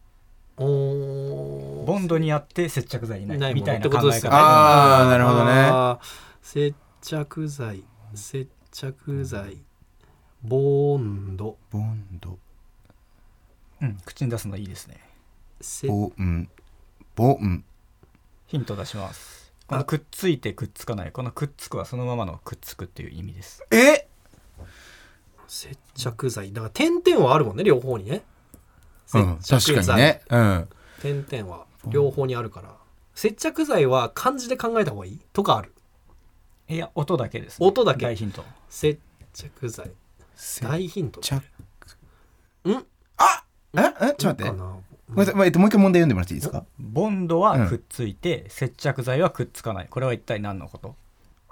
[SPEAKER 2] おー
[SPEAKER 4] ボンドにあって接着剤にな
[SPEAKER 2] ない
[SPEAKER 4] い
[SPEAKER 2] もの
[SPEAKER 4] みたい
[SPEAKER 2] って
[SPEAKER 4] な
[SPEAKER 2] こと
[SPEAKER 4] 考
[SPEAKER 2] で
[SPEAKER 4] え
[SPEAKER 2] すよ
[SPEAKER 4] 方
[SPEAKER 2] ね
[SPEAKER 4] が
[SPEAKER 3] あーなるほどね
[SPEAKER 2] あー接着剤接着剤ボンド
[SPEAKER 3] 温度
[SPEAKER 4] うん、口に出すのいいですね。
[SPEAKER 2] 接
[SPEAKER 3] ボンボン
[SPEAKER 4] ヒント出します。このくっついてくっつかない。このくっつくはそのままのくっつくっていう意味です。
[SPEAKER 3] え
[SPEAKER 2] 接着剤だから点々はあるもんね両方にね接
[SPEAKER 3] うん確
[SPEAKER 2] 着
[SPEAKER 3] かに
[SPEAKER 2] 剤、
[SPEAKER 3] ねうん
[SPEAKER 2] 点々は両方にあるから接着剤は漢字で考えた方がいいとかある
[SPEAKER 4] いや、音だけです、ね。
[SPEAKER 2] 音だけ
[SPEAKER 4] 大ヒント。
[SPEAKER 2] 接着剤
[SPEAKER 3] 接
[SPEAKER 2] 大ヒント
[SPEAKER 3] 着
[SPEAKER 2] ん
[SPEAKER 3] あええちょっと待って
[SPEAKER 2] か
[SPEAKER 3] ご
[SPEAKER 2] な
[SPEAKER 3] めんなさいまあえっともう一回問題読んでもらっていいですか
[SPEAKER 4] ボンドはくっついて、接着剤はくっつかない。これは一体何のこと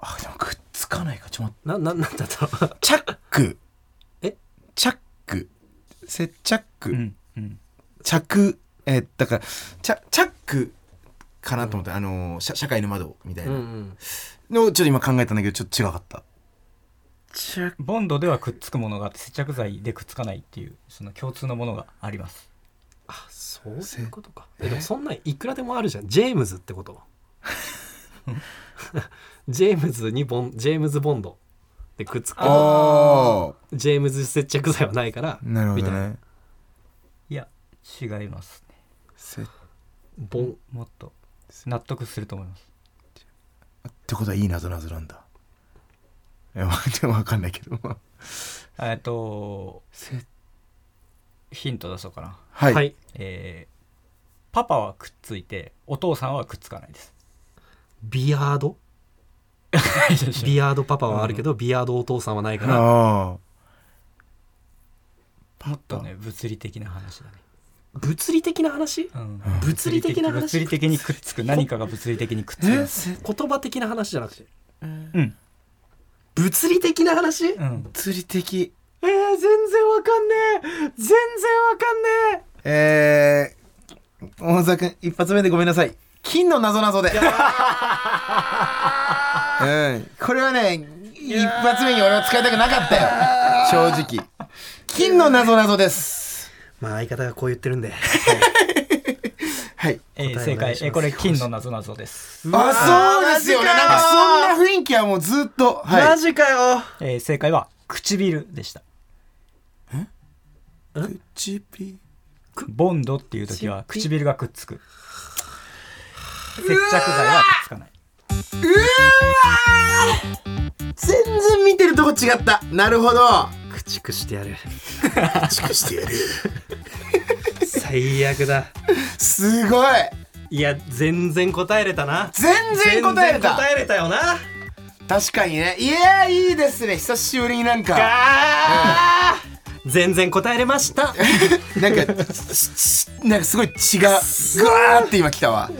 [SPEAKER 3] あでもくっつかないかちょっと待って
[SPEAKER 2] なななんだった
[SPEAKER 3] チャック
[SPEAKER 2] え
[SPEAKER 3] チャック接着、
[SPEAKER 4] うん。うん。
[SPEAKER 3] 着えーだからチャチャックかなと思って、あのー社社会の窓みたい
[SPEAKER 2] うん
[SPEAKER 3] な、
[SPEAKER 2] うん
[SPEAKER 3] のちょっと今考えたんだけどちょっと違かった
[SPEAKER 4] ボンドではくっつくものがあって、接着剤でくっつかないっていう、その共通のものがあります。
[SPEAKER 2] あそういうことかえでもそんなんいくらでもあるじゃんジェームズってこと ジェームズにボンジェームズボンドでくっつくけど
[SPEAKER 3] あ
[SPEAKER 2] ジェームズ接着剤はないから
[SPEAKER 3] なるほ
[SPEAKER 2] み
[SPEAKER 3] ど
[SPEAKER 2] たいな
[SPEAKER 3] ね
[SPEAKER 4] いや、違いますね。
[SPEAKER 3] せっ
[SPEAKER 2] ボン
[SPEAKER 4] もっと納得すると思います。
[SPEAKER 3] てことはいいなぞなぞなんだえわでもわかんないけど
[SPEAKER 4] えっと、
[SPEAKER 3] せ
[SPEAKER 4] ヒント出そうかな。
[SPEAKER 3] はい、
[SPEAKER 2] はい
[SPEAKER 4] えーパパはくっついて、お父さんはくっつかないです。
[SPEAKER 2] ビアードビアードパパはあるけど、ビアードお父さんはないから、
[SPEAKER 3] ああ
[SPEAKER 4] もっとね物理的な話だね、
[SPEAKER 2] 物理的な話
[SPEAKER 4] うん
[SPEAKER 2] 物理的な話
[SPEAKER 4] 物理的にくっつく何かが物理的にくっつく
[SPEAKER 2] 言葉的な話じゃなくて
[SPEAKER 4] うん、
[SPEAKER 2] 物理的な話、え
[SPEAKER 4] うん、
[SPEAKER 3] 釣り的
[SPEAKER 2] ー、全然わかんねえ全然わかんね
[SPEAKER 3] えー、大沢君一発目でごめんなさい金のなぞなぞでうんこれはね一発目に俺は使いたくなかったよ正直金のなぞなぞです
[SPEAKER 2] えまあ相方がこう言ってるんで
[SPEAKER 3] はい。
[SPEAKER 4] えー
[SPEAKER 2] 答
[SPEAKER 4] 正
[SPEAKER 2] えお願
[SPEAKER 4] 解
[SPEAKER 2] いします
[SPEAKER 4] えーこれ金の謎謎です、
[SPEAKER 3] あ、そうですよね。
[SPEAKER 2] マジ
[SPEAKER 3] なん
[SPEAKER 2] かよ
[SPEAKER 3] かそんな雰囲気はもうずっと。は
[SPEAKER 2] マ
[SPEAKER 3] い。
[SPEAKER 2] ジかよ
[SPEAKER 4] えー正解は唇でした
[SPEAKER 3] チピ。
[SPEAKER 4] ボンドっていう時は
[SPEAKER 2] ちっ
[SPEAKER 4] 唇がくっつく接着剤はくっつかないう
[SPEAKER 3] ーわー全然見てるとこ違った。なるほど。
[SPEAKER 2] 駆逐してやる
[SPEAKER 3] チクしてやる。
[SPEAKER 2] 最悪だ
[SPEAKER 3] すごい。
[SPEAKER 2] いや全然答えれたな
[SPEAKER 3] 全然答えれ
[SPEAKER 2] 全然
[SPEAKER 3] た。
[SPEAKER 2] 答えれたよな
[SPEAKER 3] 確かにね。いやー、いいですね。久しぶりになんか、
[SPEAKER 2] あー全然答えれました
[SPEAKER 3] なんか、ししなんかすごい血が、ぐわーって今来たわ。い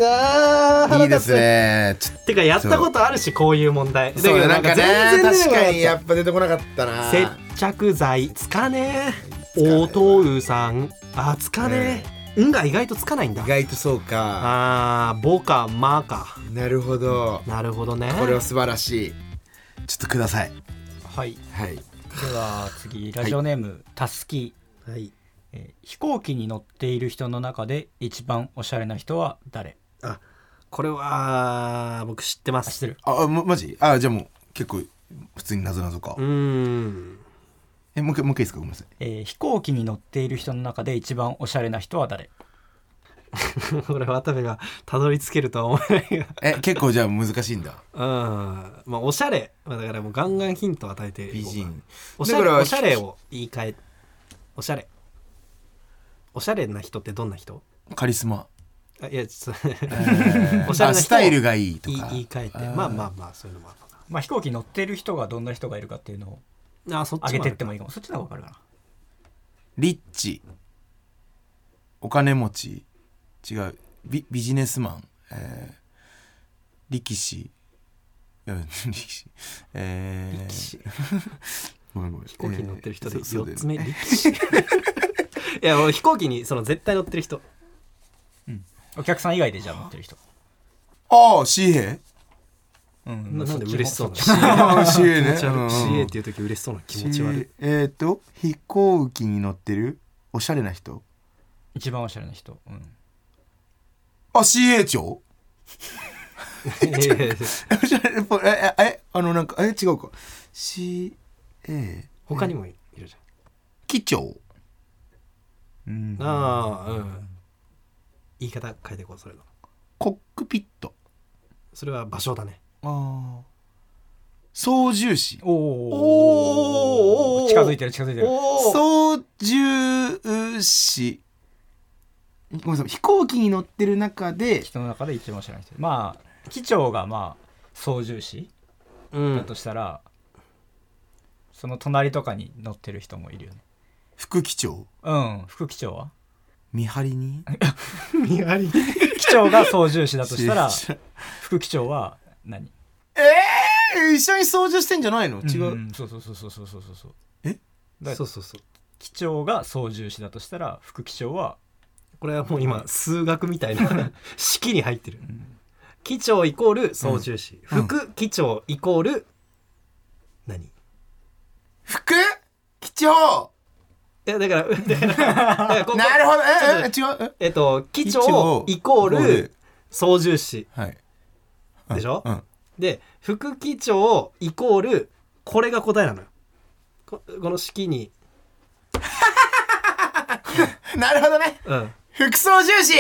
[SPEAKER 3] いですね。ちょっと
[SPEAKER 2] てかやったことあるしこういう問題だけ
[SPEAKER 3] そう
[SPEAKER 2] ど
[SPEAKER 3] なんかね
[SPEAKER 2] 全然出て
[SPEAKER 3] 確
[SPEAKER 2] こな
[SPEAKER 3] か
[SPEAKER 2] った
[SPEAKER 3] にやっぱ出てこなかったな
[SPEAKER 2] 接着剤つかねえおとうさんあつかねえ「ん」が意外とつかないんだ
[SPEAKER 3] 意外とそうか
[SPEAKER 2] あー「ぼ」か「ま」か
[SPEAKER 3] なるほど
[SPEAKER 2] なるほどね
[SPEAKER 3] これは素晴らしいちょっとください
[SPEAKER 4] はい
[SPEAKER 3] はい
[SPEAKER 4] では次ラジオネームたすき
[SPEAKER 2] はい
[SPEAKER 4] えー飛行機に乗っている人の中で一番おしゃれな人は誰
[SPEAKER 2] あこれは僕知ってま
[SPEAKER 4] あ知って
[SPEAKER 2] す
[SPEAKER 4] る
[SPEAKER 3] ああまマジあじゃあもう結構普通になぞなぞか
[SPEAKER 2] うーん
[SPEAKER 3] えもう一回もう一回いいですかごめんなさい
[SPEAKER 4] えー飛行機に乗っている人の中で一番おしゃれな人は誰
[SPEAKER 2] これ渡部がたどり着けるとは思えないが
[SPEAKER 3] え結構じゃあ難しいんだ
[SPEAKER 2] うんまあおしゃれまあだからもうガンガンヒントを与えてい
[SPEAKER 3] 美
[SPEAKER 2] こうかお
[SPEAKER 3] 人
[SPEAKER 2] しゃれ
[SPEAKER 3] だから
[SPEAKER 2] おしゃれを言い換えおしゃれおしゃれな人ってどんな人
[SPEAKER 3] カリスマ
[SPEAKER 2] あいやちょっと お
[SPEAKER 3] お
[SPEAKER 2] しゃれな人を
[SPEAKER 3] スタイルがいいと
[SPEAKER 2] 言い
[SPEAKER 3] か
[SPEAKER 2] 言い換えてまあまあまあそういうのもあるのか
[SPEAKER 4] まあ飛行機に乗っている人がどんな人がいるかっていうのを
[SPEAKER 2] なあそっ
[SPEAKER 4] 上
[SPEAKER 2] ち
[SPEAKER 4] げ
[SPEAKER 2] も
[SPEAKER 4] てってもいいかもそっちの方が分かるか
[SPEAKER 3] リッチお金持ち違うビビジネスマン、えー、力士いや 力士えー、
[SPEAKER 2] 力士
[SPEAKER 3] ごめんごめん飛
[SPEAKER 2] 飛行機に乗ってる人で
[SPEAKER 3] 四
[SPEAKER 2] 4つ目力士い や俺飛行機にその絶対乗ってる人
[SPEAKER 4] なお客さん以外でじゃあ乗ってる人
[SPEAKER 3] ああ紙幣
[SPEAKER 4] うん
[SPEAKER 2] ななんで嬉しそうな
[SPEAKER 4] な
[SPEAKER 3] ああ紙
[SPEAKER 2] 気
[SPEAKER 3] 幣ね
[SPEAKER 2] 持ち悪い CA ってい
[SPEAKER 3] い
[SPEAKER 2] う時嬉しそうな気持ち悪い
[SPEAKER 3] えっ、ー、と飛行機に乗ってるおしゃれな人
[SPEAKER 4] 一番おしゃれな人うん
[SPEAKER 3] あ CA 長
[SPEAKER 2] いやいやいや
[SPEAKER 3] おしゃれぽえええあのなんかえ違うか CA
[SPEAKER 2] 他にもいるじ
[SPEAKER 3] 機長うん
[SPEAKER 2] ゃんああうん言い方変えてこうそれの
[SPEAKER 3] コックピット
[SPEAKER 2] それは場所だね
[SPEAKER 3] ああ操縦士
[SPEAKER 4] おー
[SPEAKER 2] おーおー
[SPEAKER 4] 近づいてる近づいてる
[SPEAKER 2] おお
[SPEAKER 3] 操縦士ごめんなさい飛行機に乗ってる中で
[SPEAKER 4] 人の中で一番おしゃれな人まあ機長がまあ操縦士
[SPEAKER 2] うん
[SPEAKER 4] だとしたら、その隣とかに乗ってる人もいるよね
[SPEAKER 3] 副機長
[SPEAKER 4] うん副機長は
[SPEAKER 3] 見張りに
[SPEAKER 2] 見張り
[SPEAKER 4] 機長が操縦士だ としたら
[SPEAKER 3] 知らん
[SPEAKER 4] 副機長は何
[SPEAKER 3] え えー、一緒に操縦してんじゃないの違う、
[SPEAKER 4] んそうそうそうそうそうそうそう
[SPEAKER 3] え
[SPEAKER 4] だ
[SPEAKER 2] そうそうそう
[SPEAKER 4] 機長が操縦士だとしたら副機長は
[SPEAKER 2] これはもう今数学みたい な式に入ってる機長イコール操縦士
[SPEAKER 3] うん
[SPEAKER 2] 副機長イコール何い
[SPEAKER 3] 副機長
[SPEAKER 2] やだから だからだからここ
[SPEAKER 3] なるほどええ
[SPEAKER 2] ち
[SPEAKER 3] 違うえ
[SPEAKER 2] えっと機
[SPEAKER 3] 機
[SPEAKER 2] 長
[SPEAKER 3] 長
[SPEAKER 2] イコー
[SPEAKER 3] イコー
[SPEAKER 2] ル
[SPEAKER 3] ル
[SPEAKER 2] 操縦士
[SPEAKER 3] はい
[SPEAKER 2] でしょ
[SPEAKER 3] うん
[SPEAKER 2] で副機長イコールこれが答えなのよここの式に
[SPEAKER 3] なるほどね
[SPEAKER 2] うん
[SPEAKER 3] 副操縦士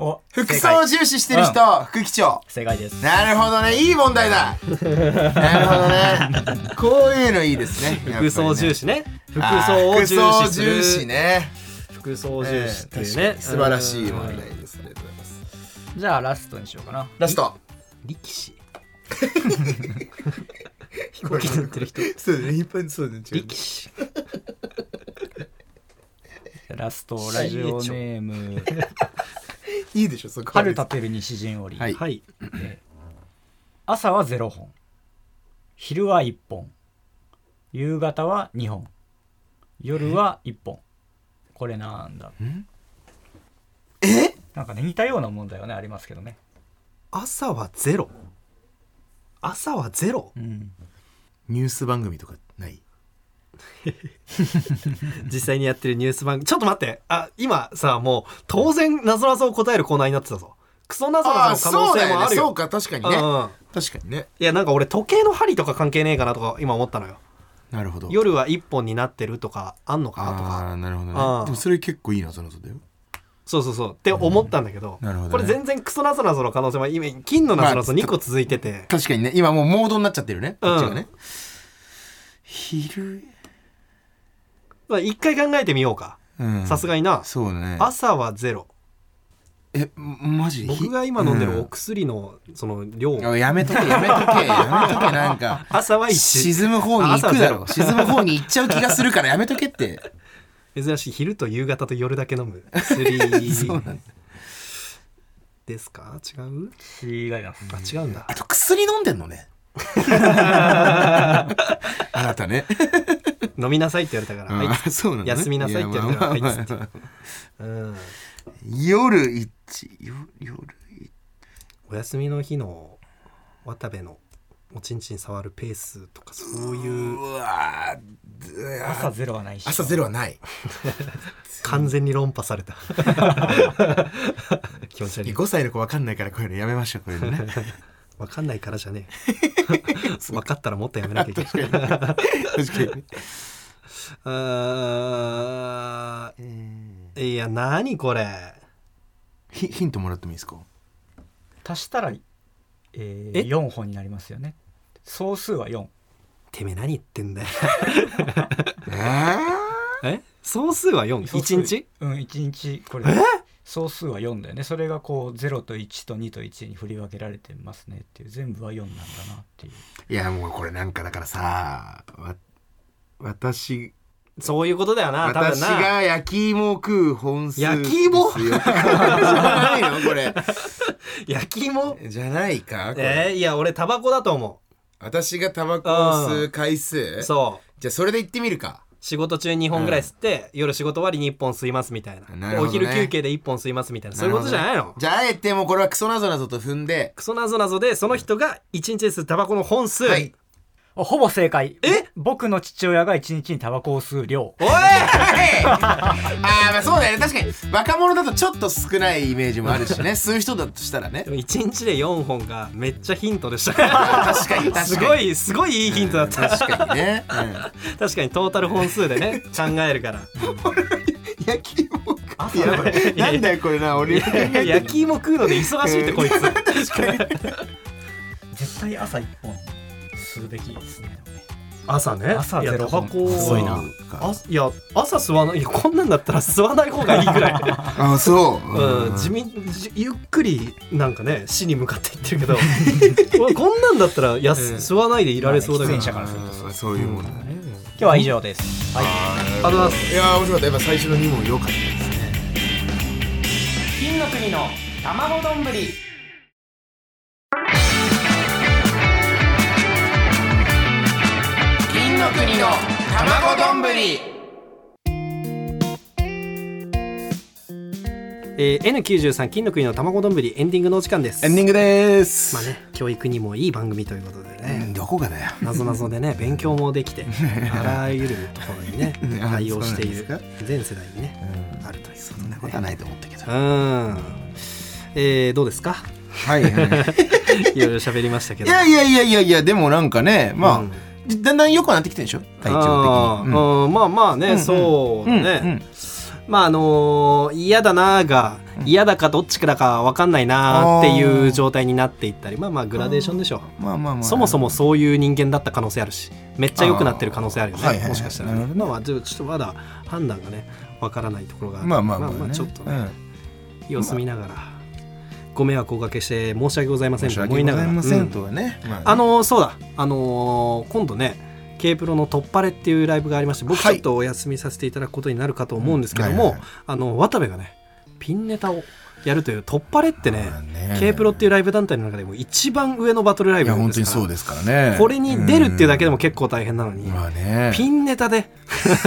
[SPEAKER 4] お
[SPEAKER 3] 副
[SPEAKER 4] 正
[SPEAKER 3] 操
[SPEAKER 4] 解
[SPEAKER 3] 縦士してる人、副機長
[SPEAKER 4] 正解です
[SPEAKER 3] なるほどねいい問題だなるほどねこういうのいいですね
[SPEAKER 2] 副操縦
[SPEAKER 3] 士
[SPEAKER 2] 士ね副操を重視する
[SPEAKER 3] 副操縦士ね
[SPEAKER 2] 副操縦士っていう
[SPEAKER 3] え
[SPEAKER 2] ね
[SPEAKER 3] え確かに素晴らしい
[SPEAKER 2] うん
[SPEAKER 3] 問題ですありがとうございます
[SPEAKER 4] じゃあラストにしようかな
[SPEAKER 3] ラスト
[SPEAKER 2] 力士飛行機乗ってる人
[SPEAKER 3] そうだね一般そうだね違う
[SPEAKER 2] 力士
[SPEAKER 4] ラストラジオネーム
[SPEAKER 3] いいでしょそこは
[SPEAKER 4] 春立てる西陣織、
[SPEAKER 3] はい
[SPEAKER 2] はい
[SPEAKER 4] 朝は0本昼は1本夕方は2本夜は1本これなんだ
[SPEAKER 3] え
[SPEAKER 4] なんかね似たような問題はねありますけどね
[SPEAKER 2] 朝はゼロ朝はゼロ
[SPEAKER 4] うん
[SPEAKER 3] ニュース番組とかない
[SPEAKER 2] 実際にやってるニュース番組ちょっと待ってあ今さもう当然なぞなぞを答えるコーナーになってたぞクソなぞ
[SPEAKER 3] あ
[SPEAKER 2] な
[SPEAKER 3] あ
[SPEAKER 2] ぞ
[SPEAKER 3] そ
[SPEAKER 2] の可能
[SPEAKER 3] うだ
[SPEAKER 2] 性も
[SPEAKER 3] よ
[SPEAKER 2] あ
[SPEAKER 3] ね
[SPEAKER 2] る
[SPEAKER 3] そう
[SPEAKER 2] よ
[SPEAKER 3] か確かに
[SPEAKER 2] うん
[SPEAKER 3] ね
[SPEAKER 2] うん
[SPEAKER 3] 確かにね
[SPEAKER 2] いやなんか俺時計の針とか関係ねえかなとか今思ったのよ
[SPEAKER 3] なるほど
[SPEAKER 2] 夜は一本になってるとかあんのかなとか
[SPEAKER 3] ああなるほど
[SPEAKER 2] ああ
[SPEAKER 3] ねでもそれ結構いいなそのそだよ
[SPEAKER 2] そうそうそうって思ったんだけど,、
[SPEAKER 3] うんなるほどね
[SPEAKER 2] これ全然クソなぞなぞの可能性も今金のなぞなぞ2個続いてて、
[SPEAKER 3] 確かにね今もうモードになっちゃってるね
[SPEAKER 2] うん
[SPEAKER 3] こっちがね昼
[SPEAKER 2] まあ、一回考えてみようか
[SPEAKER 3] うん
[SPEAKER 2] さすがにな、
[SPEAKER 3] そうだね
[SPEAKER 2] 朝はゼロ
[SPEAKER 3] えマジ
[SPEAKER 2] 僕が今飲んでるお
[SPEAKER 3] 奥
[SPEAKER 2] 薬のその量、
[SPEAKER 3] やめとけやめとけやめとけなんか
[SPEAKER 2] 朝は1
[SPEAKER 3] 沈む方に行くだろ
[SPEAKER 2] 朝
[SPEAKER 3] 沈む方に行っちゃう気がするからやめとけって
[SPEAKER 2] 珍しい昼と夕方と夜だけ飲 む薬ですか違う
[SPEAKER 4] 違います
[SPEAKER 2] あ違うんだ
[SPEAKER 3] あと薬飲んでん のねあなたね
[SPEAKER 2] 飲みなさいって言われたから、あい
[SPEAKER 3] あそうなのね
[SPEAKER 2] 休みなさいって言われたらあいつってつうん、
[SPEAKER 3] 夜一夜夜一
[SPEAKER 2] お休みの日の渡部のおちんちん触るペースとかそういう
[SPEAKER 3] うわー
[SPEAKER 4] 朝ゼロはないし
[SPEAKER 3] 朝ゼロはない
[SPEAKER 2] 完全に論破された 気持ち悪い
[SPEAKER 3] 5歳の子わかんないからこういうのやめましょうこういうのね
[SPEAKER 2] 分かんないからじゃね え分かったらもっとやめなきゃいけない
[SPEAKER 3] 確かに
[SPEAKER 2] あ
[SPEAKER 3] えー
[SPEAKER 2] ー いや何これ
[SPEAKER 3] ヒヒントもらってもいいですか
[SPEAKER 4] 足したら、え
[SPEAKER 2] え
[SPEAKER 4] ー、4本になりますよね総数は4
[SPEAKER 2] てめえ何言ってんだよ
[SPEAKER 3] えー
[SPEAKER 2] え総数は
[SPEAKER 4] 総数
[SPEAKER 2] 41日
[SPEAKER 4] うん一日これ総数は4だよねそれがこう0と1と2と1に振り分けられてますねっていう全部は4なんだなっていう
[SPEAKER 3] いやもうこれなんかだからさわ私
[SPEAKER 2] そういうことだよな多分
[SPEAKER 3] 私
[SPEAKER 2] な
[SPEAKER 3] が焼き芋を食う本数
[SPEAKER 2] 焼き芋
[SPEAKER 3] ですよじゃないのこ れ
[SPEAKER 2] 焼き芋
[SPEAKER 3] じゃないかこれ、
[SPEAKER 2] えー、いや俺タバコだと思
[SPEAKER 3] 私がタバコを吸う回数
[SPEAKER 2] うそう
[SPEAKER 3] じゃあそれで言ってみるか
[SPEAKER 2] 仕事中2本ぐらい吸って、夜仕事終わりに1本吸いますみたいな
[SPEAKER 3] なるほ
[SPEAKER 2] お
[SPEAKER 3] どね
[SPEAKER 2] 昼休憩で1本吸いますみたいなそういうことじゃない
[SPEAKER 3] る
[SPEAKER 2] の
[SPEAKER 3] ほどねじゃああえてもうこれはクソなぞなぞと踏んで
[SPEAKER 2] クソなぞなぞでその人が1日で吸うタバコの本数、
[SPEAKER 3] はい
[SPEAKER 4] あほぼ正解
[SPEAKER 2] え
[SPEAKER 4] 僕の父親が一日にタバコを吸う量
[SPEAKER 2] おい
[SPEAKER 3] ああまあそうだよね確かに若者だとちょっと少ないイメージもあるしね 吸う人だとしたらね
[SPEAKER 2] でも1日で4本がめっちゃヒント でした
[SPEAKER 3] 確かに確かに
[SPEAKER 2] すごいすごいいいヒントだった
[SPEAKER 3] 確かにね、
[SPEAKER 2] 確かにトータル本数でね考え るから
[SPEAKER 3] うん、焼き芋を食うやばいなんだよこれな俺
[SPEAKER 2] 焼き芋食うので忙しいってこいつ
[SPEAKER 4] 絶対朝1本吸うべきですね
[SPEAKER 2] 朝ね
[SPEAKER 4] 朝
[SPEAKER 2] いや
[SPEAKER 4] ゼロ
[SPEAKER 2] タバコ
[SPEAKER 4] すごいな
[SPEAKER 2] あいや朝吸わないいやこんなんだったら吸わない方がいいぐらい、
[SPEAKER 3] あそう、
[SPEAKER 2] うん、地味じゆっくりなんかね死に向かっていってるけ ど俺こんなんだったらやす、
[SPEAKER 3] うん
[SPEAKER 2] 吸わないでいられそうだけど、
[SPEAKER 4] まあね喫煙者
[SPEAKER 2] あ
[SPEAKER 4] からするとそう
[SPEAKER 3] そういうもんだね、
[SPEAKER 4] 今日は以上ですはい
[SPEAKER 2] りがとうございます
[SPEAKER 3] いやー面白かったやっぱ最初の2問良かったですね
[SPEAKER 4] 金の国の卵丼ぶり
[SPEAKER 3] 金の国の卵丼ぶり
[SPEAKER 2] えー N93 金の国の卵丼ぶりエンディングのお時間です
[SPEAKER 3] エンディングです、
[SPEAKER 2] まあね教育にもいい番組ということでね、
[SPEAKER 3] どこがだよ
[SPEAKER 2] なぞなぞでね勉強もできてあらゆるところ にね
[SPEAKER 3] うんあ
[SPEAKER 2] 対応している
[SPEAKER 3] そうなんで
[SPEAKER 2] 全世代にね
[SPEAKER 3] うん
[SPEAKER 2] あるというそ
[SPEAKER 3] そんなことはないと思ったけど
[SPEAKER 2] うんえー、どうです か
[SPEAKER 3] はい、はい
[SPEAKER 2] ろいろ喋りましたけ
[SPEAKER 3] い、い
[SPEAKER 2] ど
[SPEAKER 3] やいやいやいやいやでもなんかねまあ、
[SPEAKER 2] うん
[SPEAKER 3] だんだん良くなってきてるでしょ体調
[SPEAKER 2] あ
[SPEAKER 3] 的に、うん
[SPEAKER 2] ーうんまあまあね、
[SPEAKER 3] うん
[SPEAKER 2] そう
[SPEAKER 3] うん
[SPEAKER 2] ね、まああのー嫌だなーが嫌だかどっちだか分かんないなーっていう状態になっていったりまあまあグラデーションでしょ
[SPEAKER 3] うんまあまあまあ
[SPEAKER 2] うそもそもそういう人間だった可能性あるしめっちゃ良くなってる可能性あるよね、
[SPEAKER 3] あーはいはいはい
[SPEAKER 2] もしかしたら、
[SPEAKER 3] なるほど
[SPEAKER 2] まあまあちょっとまだ判断がね分からないところがある
[SPEAKER 3] まあまあまあ、ね
[SPEAKER 2] まあちょっとね、
[SPEAKER 3] うん
[SPEAKER 2] 様子見ながら、ご迷惑をおかけして申し訳ございません
[SPEAKER 3] 申
[SPEAKER 2] と
[SPEAKER 3] し
[SPEAKER 2] 思い
[SPEAKER 3] 訳
[SPEAKER 2] な
[SPEAKER 3] ご
[SPEAKER 2] が
[SPEAKER 3] ざ
[SPEAKER 2] ら
[SPEAKER 3] いませ
[SPEAKER 2] うん
[SPEAKER 3] んとはね、まあね
[SPEAKER 2] あのーそうだあのー今度ね K プロの「突破レ」っていうライブがありまして僕ち
[SPEAKER 3] は
[SPEAKER 2] ょ
[SPEAKER 3] い
[SPEAKER 2] っとお休みさせていただくことになるかと思うんですけど
[SPEAKER 3] うんはい
[SPEAKER 2] も
[SPEAKER 3] はいはい
[SPEAKER 2] あの渡部がねピンネタをやるという「突破レ」ってね
[SPEAKER 3] まあね
[SPEAKER 2] K プロっていうライブ団体の中でも一番上のバトルライ
[SPEAKER 3] い
[SPEAKER 2] ブ
[SPEAKER 3] や
[SPEAKER 2] なん
[SPEAKER 3] 本
[SPEAKER 2] で
[SPEAKER 3] 当
[SPEAKER 2] すから
[SPEAKER 3] にそうですからね
[SPEAKER 2] これに出るっていうだけでも
[SPEAKER 3] 結
[SPEAKER 2] 結構大変なのに、
[SPEAKER 3] まあね
[SPEAKER 2] ピンネタで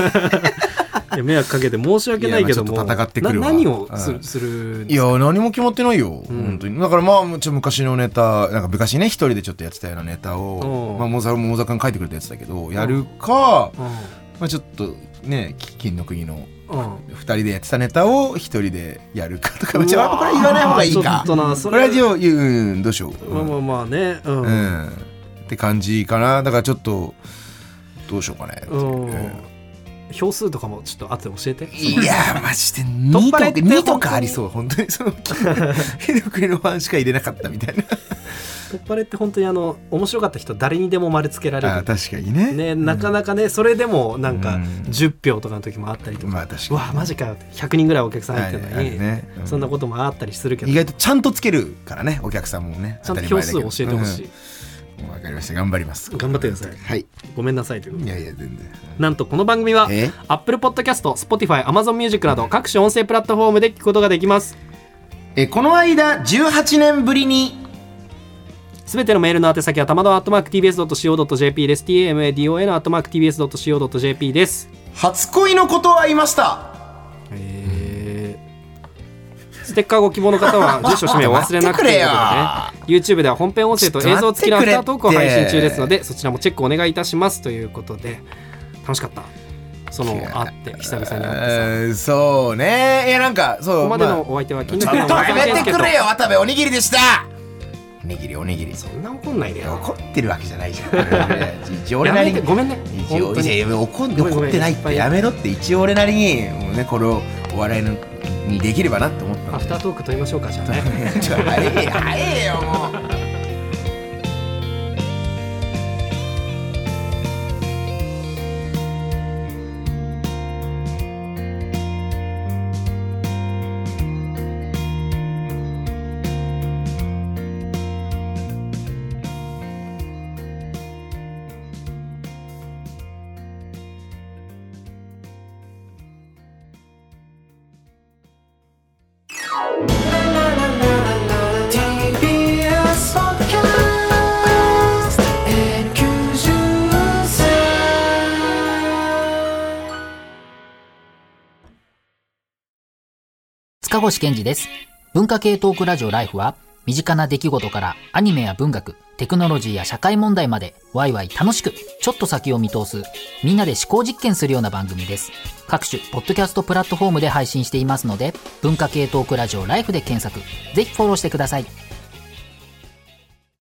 [SPEAKER 2] いや迷惑かけて申し訳ないけど
[SPEAKER 3] いや
[SPEAKER 2] も
[SPEAKER 3] まあちょっと戦ってくるわ
[SPEAKER 2] な何をす
[SPEAKER 3] う
[SPEAKER 2] る
[SPEAKER 3] ん
[SPEAKER 2] するん
[SPEAKER 3] い
[SPEAKER 2] です
[SPEAKER 3] や
[SPEAKER 2] か
[SPEAKER 3] 何も決まってないよ、
[SPEAKER 2] うん
[SPEAKER 3] 本当にだからまあちょ昔のネタなんか昔ね一人でちょっとやってたようなネタを、
[SPEAKER 2] うん
[SPEAKER 3] まあ、モーザもモーザ君書いてくれたやつだけどやるか、
[SPEAKER 2] うん
[SPEAKER 3] まあ、ちょっとねき金の国の
[SPEAKER 2] うん
[SPEAKER 3] 2人でやってたネタを1人でやるかとか
[SPEAKER 2] うわ
[SPEAKER 3] うちはこれは言わない方がいい
[SPEAKER 2] ちょっ
[SPEAKER 3] か
[SPEAKER 2] となそ
[SPEAKER 3] こ
[SPEAKER 2] れ
[SPEAKER 3] れはじゃあ言ううんどうしよう、
[SPEAKER 2] まあまあまあねうん、
[SPEAKER 3] う
[SPEAKER 2] うん
[SPEAKER 3] んって感じかなだからちょっとどうしようかね、うん
[SPEAKER 2] 票数とかもちょっと後で教えて
[SPEAKER 3] いやマジで
[SPEAKER 2] 取っ
[SPEAKER 3] 2と
[SPEAKER 2] 払
[SPEAKER 3] か
[SPEAKER 2] いって
[SPEAKER 3] 二と
[SPEAKER 2] 本当に
[SPEAKER 3] かありそう本当にその金の国のファンしか入れなかったみたいな
[SPEAKER 2] 取っ払いって本当にあの面白かった人誰にでも丸つけられ
[SPEAKER 3] あ
[SPEAKER 2] る
[SPEAKER 3] ー確かにね
[SPEAKER 2] ね、なかなかねそれでもなんか
[SPEAKER 3] うん
[SPEAKER 2] 10票とかの時もあったりとか、
[SPEAKER 3] まあ確か
[SPEAKER 2] う
[SPEAKER 3] に
[SPEAKER 2] わマジかよって100人ぐらいお客さん入ってるの
[SPEAKER 3] は
[SPEAKER 2] に、
[SPEAKER 3] いはいあるねうん
[SPEAKER 2] そんなこともあったりするけど
[SPEAKER 3] 意
[SPEAKER 2] ち
[SPEAKER 3] 外とちゃんとつけるからねお客さんもね
[SPEAKER 2] ゃんと票数を教えてほしい
[SPEAKER 3] い、、うんわかりました頑張ります
[SPEAKER 2] 頑張ってください
[SPEAKER 3] はい
[SPEAKER 2] ごめんなさいということ
[SPEAKER 3] い
[SPEAKER 2] で
[SPEAKER 3] やいや全然
[SPEAKER 2] なんとこの番組は
[SPEAKER 3] え
[SPEAKER 2] Apple Podcast、Spotify、Amazon Music など各種音声プラットフォームで聞くことができます
[SPEAKER 3] えこの間18年ぶりに
[SPEAKER 2] すべてのメールの宛先はたまどアットマーク TBS.CO.JP です TMADOA のアットマーク TBS.CO.JP です
[SPEAKER 3] 初恋のことは言いました
[SPEAKER 2] えーステッカーご希望の方は住所 氏名をお忘れなくていいのでね YouTube では本編音声と映像付きのアフタートークを配信中ですのでそちらもチェックお願いいたしますということで楽しかったその会って久々に会ってさ
[SPEAKER 3] うんそうねいやなんかそう
[SPEAKER 2] ここまでの
[SPEAKER 3] ま
[SPEAKER 2] お相手は金
[SPEAKER 3] あ、ち
[SPEAKER 2] の
[SPEAKER 3] ょ
[SPEAKER 2] 国の
[SPEAKER 3] っと
[SPEAKER 2] 小沢
[SPEAKER 3] や
[SPEAKER 2] 健
[SPEAKER 3] めて
[SPEAKER 2] 介
[SPEAKER 3] く
[SPEAKER 2] と
[SPEAKER 3] れよ渡部おにぎりでしたおにぎりおにぎり
[SPEAKER 2] そんな怒んないでよ
[SPEAKER 3] 怒ってるわけじゃない じゃん俺一応俺
[SPEAKER 2] や
[SPEAKER 3] な
[SPEAKER 2] め
[SPEAKER 3] り
[SPEAKER 2] て
[SPEAKER 3] に
[SPEAKER 2] ごめんね
[SPEAKER 3] 一
[SPEAKER 2] 本
[SPEAKER 3] 応
[SPEAKER 2] 当
[SPEAKER 3] いやい
[SPEAKER 2] に
[SPEAKER 3] や怒ん
[SPEAKER 2] ごめんご
[SPEAKER 3] 怒
[SPEAKER 2] めん
[SPEAKER 3] ってないっ
[SPEAKER 2] いっぱ
[SPEAKER 3] て
[SPEAKER 2] い
[SPEAKER 3] やめろって一応俺なりにもうねこれをお笑いのにできればなと思った
[SPEAKER 2] ア
[SPEAKER 3] の
[SPEAKER 2] フタートークと言いましょうかじゃあね
[SPEAKER 3] ちょ早えよ早えよもう
[SPEAKER 5] 塚越健二です。文化系トークラジオライフは、身近な出来事からアニメや文学、テクノロジーや社会問題まで、ワイワイ楽しく、ちょっと先を見通す、みんなで思考実験するような番組です。各種、ポッドキャストプラットフォームで配信していますので、文化系トークラジオライフで検索、ぜひフォローしてください。